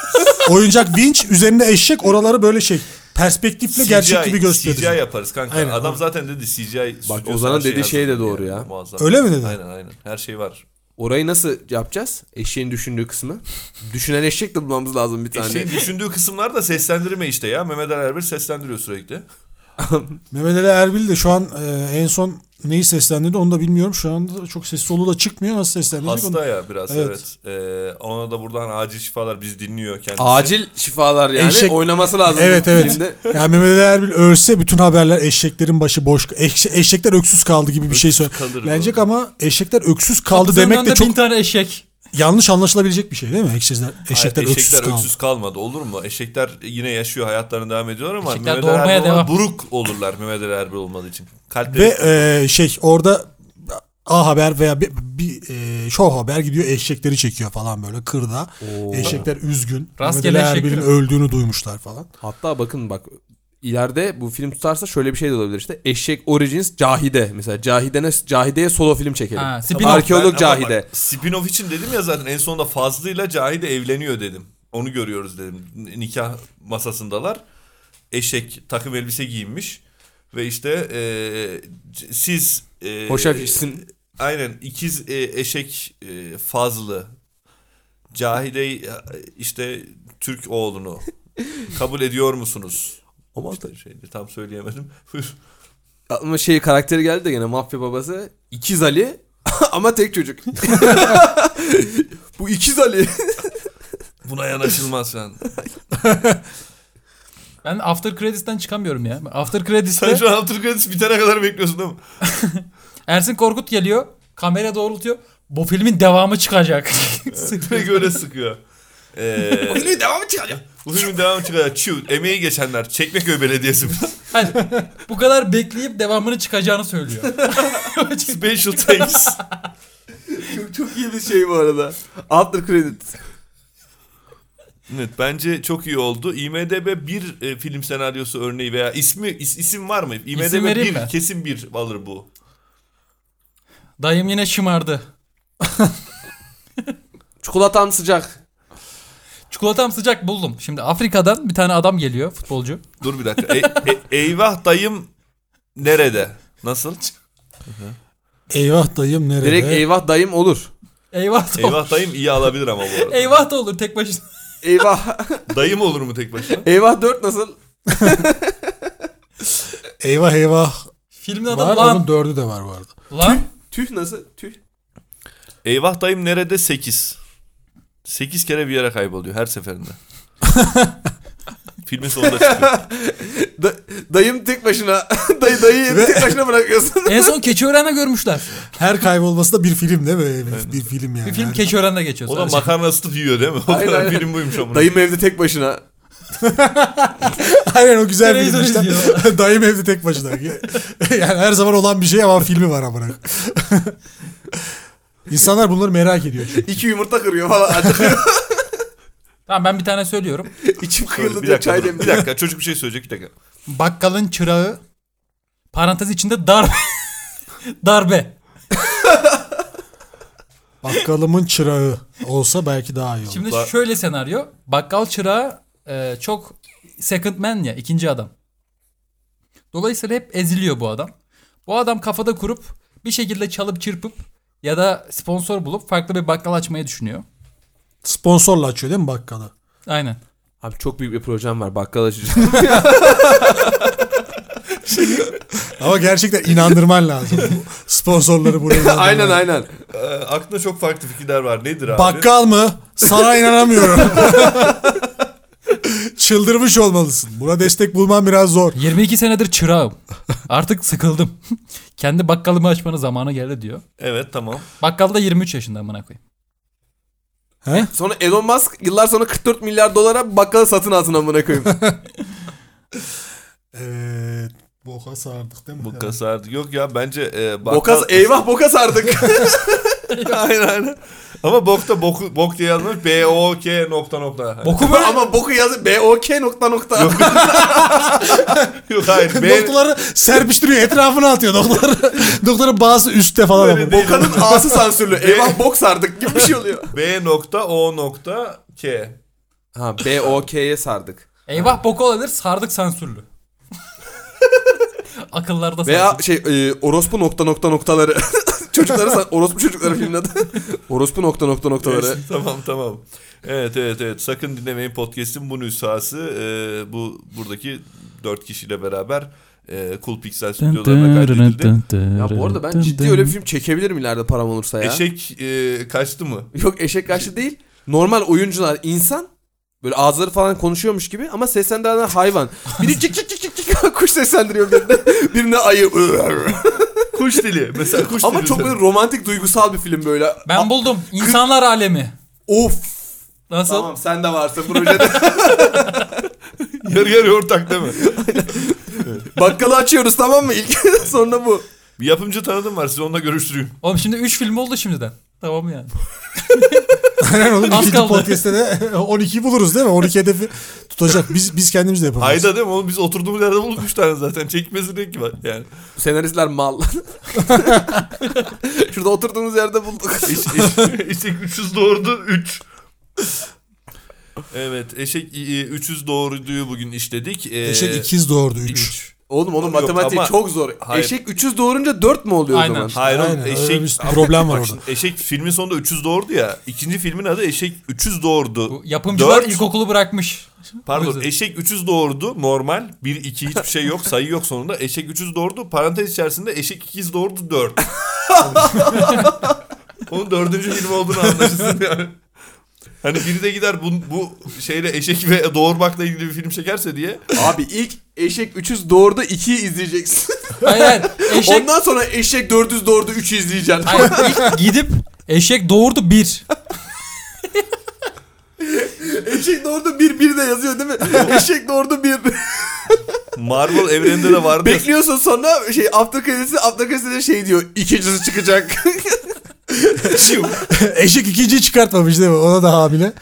Speaker 3: oyuncak vinç üzerine eşek oraları böyle şey perspektifle gerçek
Speaker 1: CGI
Speaker 3: gibi gösteririz.
Speaker 1: CGI yaparız kanka.
Speaker 3: Aynen.
Speaker 1: Adam zaten dedi CGI. stüdyosu
Speaker 2: Ozan'ın
Speaker 1: her
Speaker 2: dediği
Speaker 1: hazır
Speaker 2: şey de
Speaker 1: diye.
Speaker 2: doğru ya.
Speaker 1: Muazzam.
Speaker 3: Öyle mi dedi?
Speaker 1: Aynen aynen. Her şey var.
Speaker 2: Orayı nasıl yapacağız? Eşeğin düşündüğü kısmı. Düşünen eşek de bulmamız lazım bir tane.
Speaker 1: Eşeğin düşündüğü kısımlar da seslendirme işte ya. Mehmet Ali Erbil seslendiriyor sürekli.
Speaker 3: Mehmet Ali Erbil de şu an e, en son neyi seslendirdi onu da bilmiyorum. Şu anda çok ses soluğu da çıkmıyor. Nasıl seslendirecek onu?
Speaker 1: Hasta ya biraz evet.
Speaker 3: Evet.
Speaker 1: Ee, ona da buradan acil şifalar biz dinliyor kendisi.
Speaker 2: Acil şifalar yani.
Speaker 3: Eşek-
Speaker 2: Oynaması lazım.
Speaker 3: Evet
Speaker 2: bu
Speaker 3: evet.
Speaker 2: filmde.
Speaker 3: yani Mehmet Ali Erbil ölse bütün haberler eşeklerin başı boş. eş- eşekler öksüz kaldı gibi bir şey
Speaker 1: kalır bu.
Speaker 3: söylenecek ama eşekler öksüz kaldı
Speaker 4: Kapısının
Speaker 3: demek de
Speaker 4: önünde
Speaker 3: çok
Speaker 4: bin tane eşek.
Speaker 3: yanlış anlaşılabilecek bir şey değil mi? Eşekler,
Speaker 1: Hayır,
Speaker 3: eşekler, öksüz, kaldı.
Speaker 1: kalmadı olur mu? Eşekler yine yaşıyor hayatlarına devam ediyorlar ama
Speaker 4: Eşekler
Speaker 1: Mehmet Ali
Speaker 4: doğurmaya
Speaker 1: Erbil olan
Speaker 4: devam.
Speaker 1: buruk olurlar Mehmet Ali Erbil olmadığı için. Kalpleri
Speaker 3: Ve e, şey orada A Haber veya bir, bir e, Show Haber gidiyor eşekleri çekiyor falan böyle kırda. Eşekler üzgün.
Speaker 4: Rastgele
Speaker 3: Mehmet Ali Erbil'in
Speaker 4: eşekler.
Speaker 3: öldüğünü duymuşlar falan.
Speaker 2: Hatta bakın bak ileride bu film tutarsa şöyle bir şey de olabilir işte. Eşek Origins Cahide. Mesela Cahide'ne Cahide'ye solo film çekelim.
Speaker 4: Ha,
Speaker 1: Ama
Speaker 4: spin-off.
Speaker 2: Arkeolog
Speaker 1: ben- ama
Speaker 2: Cahide.
Speaker 1: bak, Spin-off için dedim ya zaten en sonunda Fazlı ile Cahide evleniyor dedim. Onu görüyoruz dedim. N- Nikah masasındalar. Eşek takım elbise giyinmiş. Ve işte eee, c- siz... e, eee,
Speaker 2: Hoşafişsin.
Speaker 1: Aynen ikiz e, eşek e, fazlı. Cahide e, işte Türk oğlunu kabul ediyor musunuz?
Speaker 2: Ama
Speaker 1: İşte şeydi, tam söyleyemedim.
Speaker 2: Ama şey karakteri geldi de gene mafya babası. İkiz Ali ama tek çocuk. bu ikiz Ali.
Speaker 1: Buna yanaşılmaz yani.
Speaker 4: Ben After Credits'ten çıkamıyorum ya. After Credits'te
Speaker 1: Sen şu an After Credits bitene kadar bekliyorsun değil mi?
Speaker 4: Ersin Korkut geliyor. Kamera doğrultuyor. Bu filmin devamı çıkacak.
Speaker 1: Direkt öyle sıkıyor. Ee, bu filmin devamı çıkacak. Bu filmin devamı çıkacak. Çiu. Emeği geçenler. Çekmeköy Belediyesi.
Speaker 4: Hani bu kadar bekleyip devamını çıkacağını söylüyor.
Speaker 1: Special thanks.
Speaker 2: çok, çok iyi bir şey bu arada. After credit.
Speaker 1: Evet bence çok iyi oldu. IMDB bir e, film senaryosu örneği veya ismi is- isim var mı? IMDB bir
Speaker 4: vereyim mi?
Speaker 1: kesin bir alır bu.
Speaker 4: Dayım yine şımardı.
Speaker 2: Çikolatam sıcak.
Speaker 4: Çikolatam sıcak buldum. Şimdi Afrika'dan bir tane adam geliyor futbolcu.
Speaker 1: Dur bir dakika. E- e- eyvah dayım nerede? Nasıl?
Speaker 3: Eyvah dayım nerede?
Speaker 2: Direkt eyvah dayım olur.
Speaker 4: Eyvah da olur.
Speaker 1: Eyvah dayım iyi alabilir ama bu arada.
Speaker 4: Eyvah da olur tek başına.
Speaker 2: Eyvah.
Speaker 1: Dayım olur mu tek başına?
Speaker 2: eyvah 4 nasıl?
Speaker 3: eyvah eyvah.
Speaker 4: Filmin adı
Speaker 3: Var
Speaker 4: lan.
Speaker 3: onun dördü de var bu arada.
Speaker 4: Lan.
Speaker 2: Tüh nasıl? Tüh.
Speaker 1: Eyvah dayım nerede? 8. 8 kere bir yere kayboluyor her seferinde. Filmin sonunda çıkıyor.
Speaker 2: Da- dayım tek başına. Dayı dayıyı tek başına bırakıyorsun.
Speaker 4: En son Keçiören'de görmüşler.
Speaker 3: Her kaybolması da bir film değil mi? Bir, bir film yani.
Speaker 4: Bir film
Speaker 3: Her-
Speaker 4: Keçiören'de geçiyor.
Speaker 1: O da
Speaker 4: sadece.
Speaker 1: makarna ısıtıp yiyor değil mi? O
Speaker 2: Aynen,
Speaker 1: da
Speaker 2: aynen.
Speaker 1: film buymuş ama.
Speaker 2: dayım evde tek başına.
Speaker 3: Aynen o güzel
Speaker 4: Televizyon
Speaker 3: filmmiş lan. Dayım evde tek başına. yani her zaman olan bir şey ama filmi var amına. koyayım. İnsanlar bunları merak ediyor çünkü.
Speaker 2: İki yumurta kırıyor falan.
Speaker 4: Tamam ben bir tane söylüyorum.
Speaker 2: İçim kırıldı
Speaker 1: bir
Speaker 2: diye
Speaker 1: dakika,
Speaker 2: çay
Speaker 1: dur. bir
Speaker 2: demliyor.
Speaker 1: dakika çocuk bir şey söyleyecek bir dakika.
Speaker 4: Bakkalın çırağı parantez içinde darbe. darbe.
Speaker 3: Bakkalımın çırağı olsa belki daha iyi olur.
Speaker 4: Şimdi
Speaker 1: Ba-
Speaker 4: şöyle senaryo. Bakkal çırağı e, çok second man ya ikinci adam. Dolayısıyla hep eziliyor bu adam. Bu adam kafada kurup bir şekilde çalıp çırpıp ya da sponsor bulup farklı bir bakkal açmayı düşünüyor.
Speaker 3: Sponsorla açıyor değil mi bakkalı?
Speaker 4: Aynen.
Speaker 2: Abi çok büyük bir projem var bakkal açacağım.
Speaker 3: Ama gerçekten inandırman lazım. Sponsorları buraya. inandırman.
Speaker 2: aynen aynen.
Speaker 1: Ee, aklında çok farklı fikirler var. Nedir abi?
Speaker 3: Bakkal mı? Sana inanamıyorum. Çıldırmış olmalısın. Buna destek bulman biraz zor.
Speaker 4: 22 senedir çırağım. Artık sıkıldım. Kendi bakkalımı açmanın zamanı geldi diyor.
Speaker 1: Evet tamam.
Speaker 4: Bakkal da 23 yaşında amına koyayım.
Speaker 3: He?
Speaker 2: Sonra Elon Musk yıllar sonra 44 milyar dolara bakkalı satın alsın amına koyayım.
Speaker 3: Evet. Boka sardık değil mi?
Speaker 1: Bu kasardı. Yok ya bence e, bakkal...
Speaker 2: bokas eyvah bokas artık.
Speaker 1: aynen aynen. Ama bokta boku, bok diye yazmış. B-O-K nokta nokta.
Speaker 4: Boku böyle
Speaker 2: Ama boku yazı B O K nokta nokta.
Speaker 1: Yok hayır. B...
Speaker 3: Noktaları serpiştiriyor etrafına atıyor noktaları. Noktaların bazı üstte falan
Speaker 1: Öyle
Speaker 3: ama.
Speaker 1: değil.
Speaker 2: Bokanın A'sı sansürlü. Eyvah boks artık gibi bir şey oluyor.
Speaker 1: B nokta O nokta K.
Speaker 2: Ha B O K'ye sardık.
Speaker 4: eyvah boku olabilir sardık sansürlü. Akıllarda
Speaker 2: Veya
Speaker 4: sansür.
Speaker 2: şey e, orospu nokta nokta noktaları. Çocukları san- orospu çocukları filmin adı. orospu nokta nokta noktaları.
Speaker 1: tamam tamam. Evet evet evet. Sakın dinlemeyin podcast'in bu nüshası. e, bu buradaki dört kişiyle beraber e, Cool Pixel stüdyolarına kaydedildi.
Speaker 2: Ya bu arada ben ciddi öyle bir film çekebilirim ileride param olursa ya.
Speaker 1: Eşek e, kaçtı mı?
Speaker 2: Yok eşek karşı değil. Normal oyuncular insan böyle ağızları falan konuşuyormuş gibi ama seslendirenler hayvan. Biri cik cik cik cik cik kuş seslendiriyor birine. Birine ayı.
Speaker 1: Kuş dili. Mesela kuş
Speaker 2: ama
Speaker 1: dili.
Speaker 2: çok böyle romantik duygusal bir film böyle.
Speaker 4: Ben buldum. İnsanlar alemi.
Speaker 2: Of.
Speaker 4: Nasıl?
Speaker 2: Tamam sen de varsın projede.
Speaker 1: yarı yarı ortak değil mi?
Speaker 2: Bakkalı açıyoruz tamam mı ilk? Sonra bu.
Speaker 1: Bir yapımcı tanıdım var. Sizi onunla görüştüreyim.
Speaker 4: Oğlum şimdi 3 film oldu şimdiden. Tamam yani.
Speaker 3: Aynen oğlum.
Speaker 4: Az
Speaker 3: İkinci
Speaker 4: kaldı.
Speaker 3: podcast'te de 12'yi buluruz değil mi? 12 hedefi tutacak. Biz biz kendimiz de yapamayız.
Speaker 1: Hayda değil mi? Oğlum biz oturduğumuz yerde bulduk üç tane zaten. Çekmesi ne ki var yani.
Speaker 2: Senaristler mal. Şurada oturduğumuz yerde bulduk.
Speaker 1: Eş, eş, eşek 300 doğurdu. 3. Evet. Eşek e, 300 doğurduğu bugün işledik. E,
Speaker 3: Eşek ikiz doğurdu 3.
Speaker 1: üç.
Speaker 2: Oğlum onun
Speaker 1: Yok,
Speaker 2: matematiği
Speaker 1: ama-
Speaker 2: çok zor.
Speaker 1: Hayır.
Speaker 2: Eşek 300 doğurunca 4 mu oluyor
Speaker 4: Aynen.
Speaker 2: o zaman?
Speaker 1: Hayır oğlum
Speaker 3: Aynen, öyle
Speaker 1: eşek
Speaker 3: bir problem var
Speaker 1: Bak
Speaker 3: orada.
Speaker 1: şimdi Eşek filmin sonunda 300 doğurdu ya. İkinci filmin adı Eşek 300 doğurdu.
Speaker 4: Bu yapımcılar
Speaker 1: Dört.
Speaker 4: ilkokulu bırakmış. O
Speaker 1: Pardon
Speaker 4: yüzden.
Speaker 1: Eşek 300 doğurdu normal. 1 2 hiçbir şey yok. Sayı yok sonunda. Eşek 300 doğurdu. Parantez içerisinde Eşek 200 doğurdu 4. Onun dördüncü film olduğunu anlaşılsın yani. Hani biri de gider bu, bu şeyle eşek ve doğurmakla ilgili bir film çekerse diye.
Speaker 2: Abi ilk eşek 300 doğurdu 2'yi izleyeceksin.
Speaker 4: Hayır hayır. Eşek,
Speaker 2: Ondan sonra eşek 400 doğurdu 3'ü izleyeceksin.
Speaker 4: hayır, ilk gidip eşek doğurdu 1.
Speaker 2: eşek doğurdu 1 1 de yazıyor değil mi? eşek doğurdu 1.
Speaker 1: Marvel evreninde de vardı. ya.
Speaker 2: Bekliyorsun sonra şey after credits'i after credits'te de şey diyor. İkincisi çıkacak.
Speaker 3: Eşek ikinciyi çıkartmamış değil mi? Ona da hamile.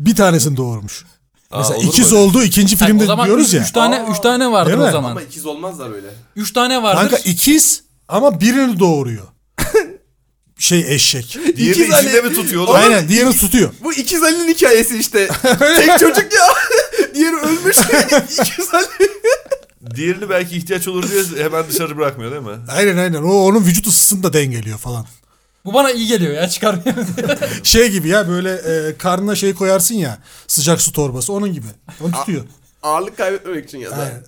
Speaker 3: Bir tanesini doğurmuş.
Speaker 1: Aa,
Speaker 3: Mesela
Speaker 1: olur mu
Speaker 3: ikiz
Speaker 1: öyle?
Speaker 3: oldu ikinci filmde
Speaker 4: o zaman
Speaker 3: diyoruz ya.
Speaker 4: 3 tane 3 tane vardır
Speaker 3: Değil mi?
Speaker 4: o zaman.
Speaker 2: ama ikiz olmazlar öyle.
Speaker 4: 3 tane vardır.
Speaker 3: Kanka ikiz ama birini doğuruyor. şey eşek.
Speaker 1: Diğeri de
Speaker 2: İkiz hani-
Speaker 1: içinde mi tutuyor? oğlum?
Speaker 3: Aynen diğerini tutuyor.
Speaker 2: Bu ikiz Ali'nin hikayesi işte. Tek çocuk ya. Diğeri ölmüş. ikiz Ali.
Speaker 1: Diğerini belki ihtiyaç olur diye hemen dışarı bırakmıyor değil mi?
Speaker 3: Aynen aynen. O onun vücut ısısını da dengeliyor falan.
Speaker 4: Bu bana iyi geliyor ya çıkarmıyor.
Speaker 3: Şey gibi ya böyle e, karnına şey koyarsın ya sıcak su torbası onun gibi. Onu tutuyor.
Speaker 2: Ağırlık kaybetmemek için ya da.
Speaker 3: Aynen.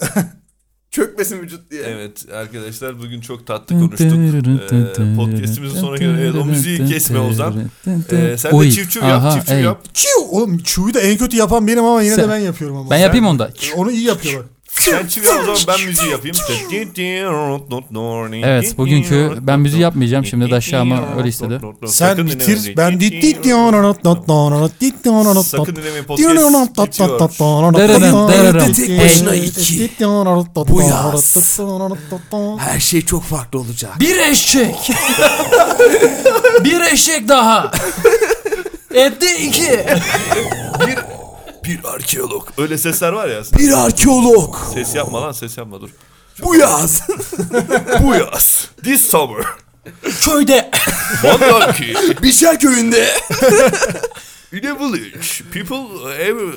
Speaker 2: Çökmesin vücut diye.
Speaker 1: Evet arkadaşlar bugün çok tatlı konuştuk. Ee, podcastimizin sonuna göre evet, o müziği kesme Ozan. Ee, sen de çiv çiv yap çiv çiv yap.
Speaker 3: Çiu! Oğlum çuyu da en kötü yapan benim ama yine de
Speaker 4: Sen-
Speaker 3: ben yapıyorum ama.
Speaker 4: Ben yapayım onu da.
Speaker 3: E, Onu iyi yapıyor bak.
Speaker 1: Sen çiv yap o zaman ben müziği yapayım.
Speaker 5: Evet bugünkü ben müziği yapmayacağım şimdi de aşağıma öyle istedi.
Speaker 3: Sen
Speaker 1: Sakın
Speaker 3: bitir.
Speaker 1: dinlemeyin.
Speaker 3: Ben dit dit diyonanot not nonanot dit diyonanot not.
Speaker 1: Sakın dinlemeyin
Speaker 3: Diyonanot
Speaker 1: podcast
Speaker 3: not not not
Speaker 1: geçiyor.
Speaker 3: nonanot
Speaker 5: Dırırım,
Speaker 3: not
Speaker 5: dırırım.
Speaker 2: Tek
Speaker 3: nonanot dit
Speaker 2: başına
Speaker 3: dit
Speaker 2: iki.
Speaker 3: dit diyonanot not
Speaker 2: Bu
Speaker 3: nonanot
Speaker 2: yaz.
Speaker 3: not nonanot not not.
Speaker 2: Her şey çok farklı olacak.
Speaker 4: Bir eşek. bir eşek daha. Etti 2.
Speaker 1: Bir arkeolog. Öyle sesler var ya.
Speaker 2: Bir arkeolog.
Speaker 1: Ses yapma lan ses yapma dur.
Speaker 2: Bu yaz.
Speaker 1: Bu yaz. This summer.
Speaker 4: Köyde.
Speaker 1: Monarchy.
Speaker 2: Bişer köyünde.
Speaker 1: In a village. People have...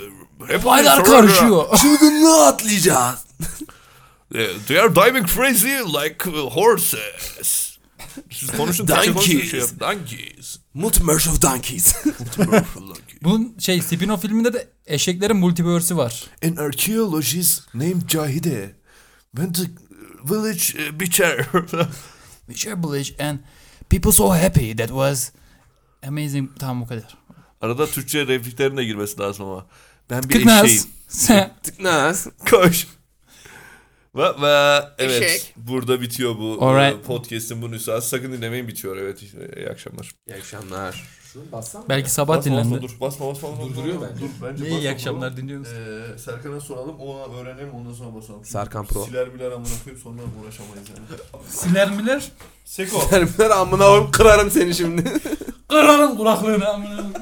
Speaker 1: have
Speaker 4: Baylar karışıyor.
Speaker 2: Çılgınlığa atlayacağız.
Speaker 1: Eh, They are diving crazy like uh, horses. Siz konuşun. Türkçe konuşun, şey yap- Donkeys.
Speaker 2: Mut Merch of Donkeys.
Speaker 4: Bunun şey spin-off filminde de eşeklerin multiverse'i var.
Speaker 1: An archaeologist named Cahide went to village uh, Bichar.
Speaker 4: Which are bullish and people so happy that was amazing. Tamam bu kadar.
Speaker 1: Arada Türkçe repliklerin de girmesi lazım ama. Ben bir eşeğim.
Speaker 4: Kıknaz.
Speaker 2: Tıknaz.
Speaker 1: Koş. Ve, ve evet burada bitiyor bu
Speaker 4: Alright.
Speaker 1: e, podcast'in bu nüshası. Sakın dinlemeyin bitiyor. Evet işte, iyi akşamlar.
Speaker 2: İyi akşamlar. Şunu bassam mı?
Speaker 4: Belki sabah
Speaker 1: Basma, basma,
Speaker 4: dinlendi.
Speaker 1: dur. Basma basma. basma.
Speaker 2: Durduruyor
Speaker 1: Dur,
Speaker 2: bence.
Speaker 1: Dur bence
Speaker 4: Niye iyi
Speaker 1: basma,
Speaker 4: akşamlar
Speaker 1: tamam.
Speaker 4: dinliyorsunuz?
Speaker 1: Ee, Serkan'a soralım ona öğrenelim ondan sonra basalım. Çünkü
Speaker 2: Serkan Pro.
Speaker 1: Siler biler amına koyup sonra uğraşamayız yani.
Speaker 4: Siner miler?
Speaker 1: Seko.
Speaker 2: Terminler amına koyayım kırarım seni şimdi.
Speaker 4: Kırarım kulaklığını amına.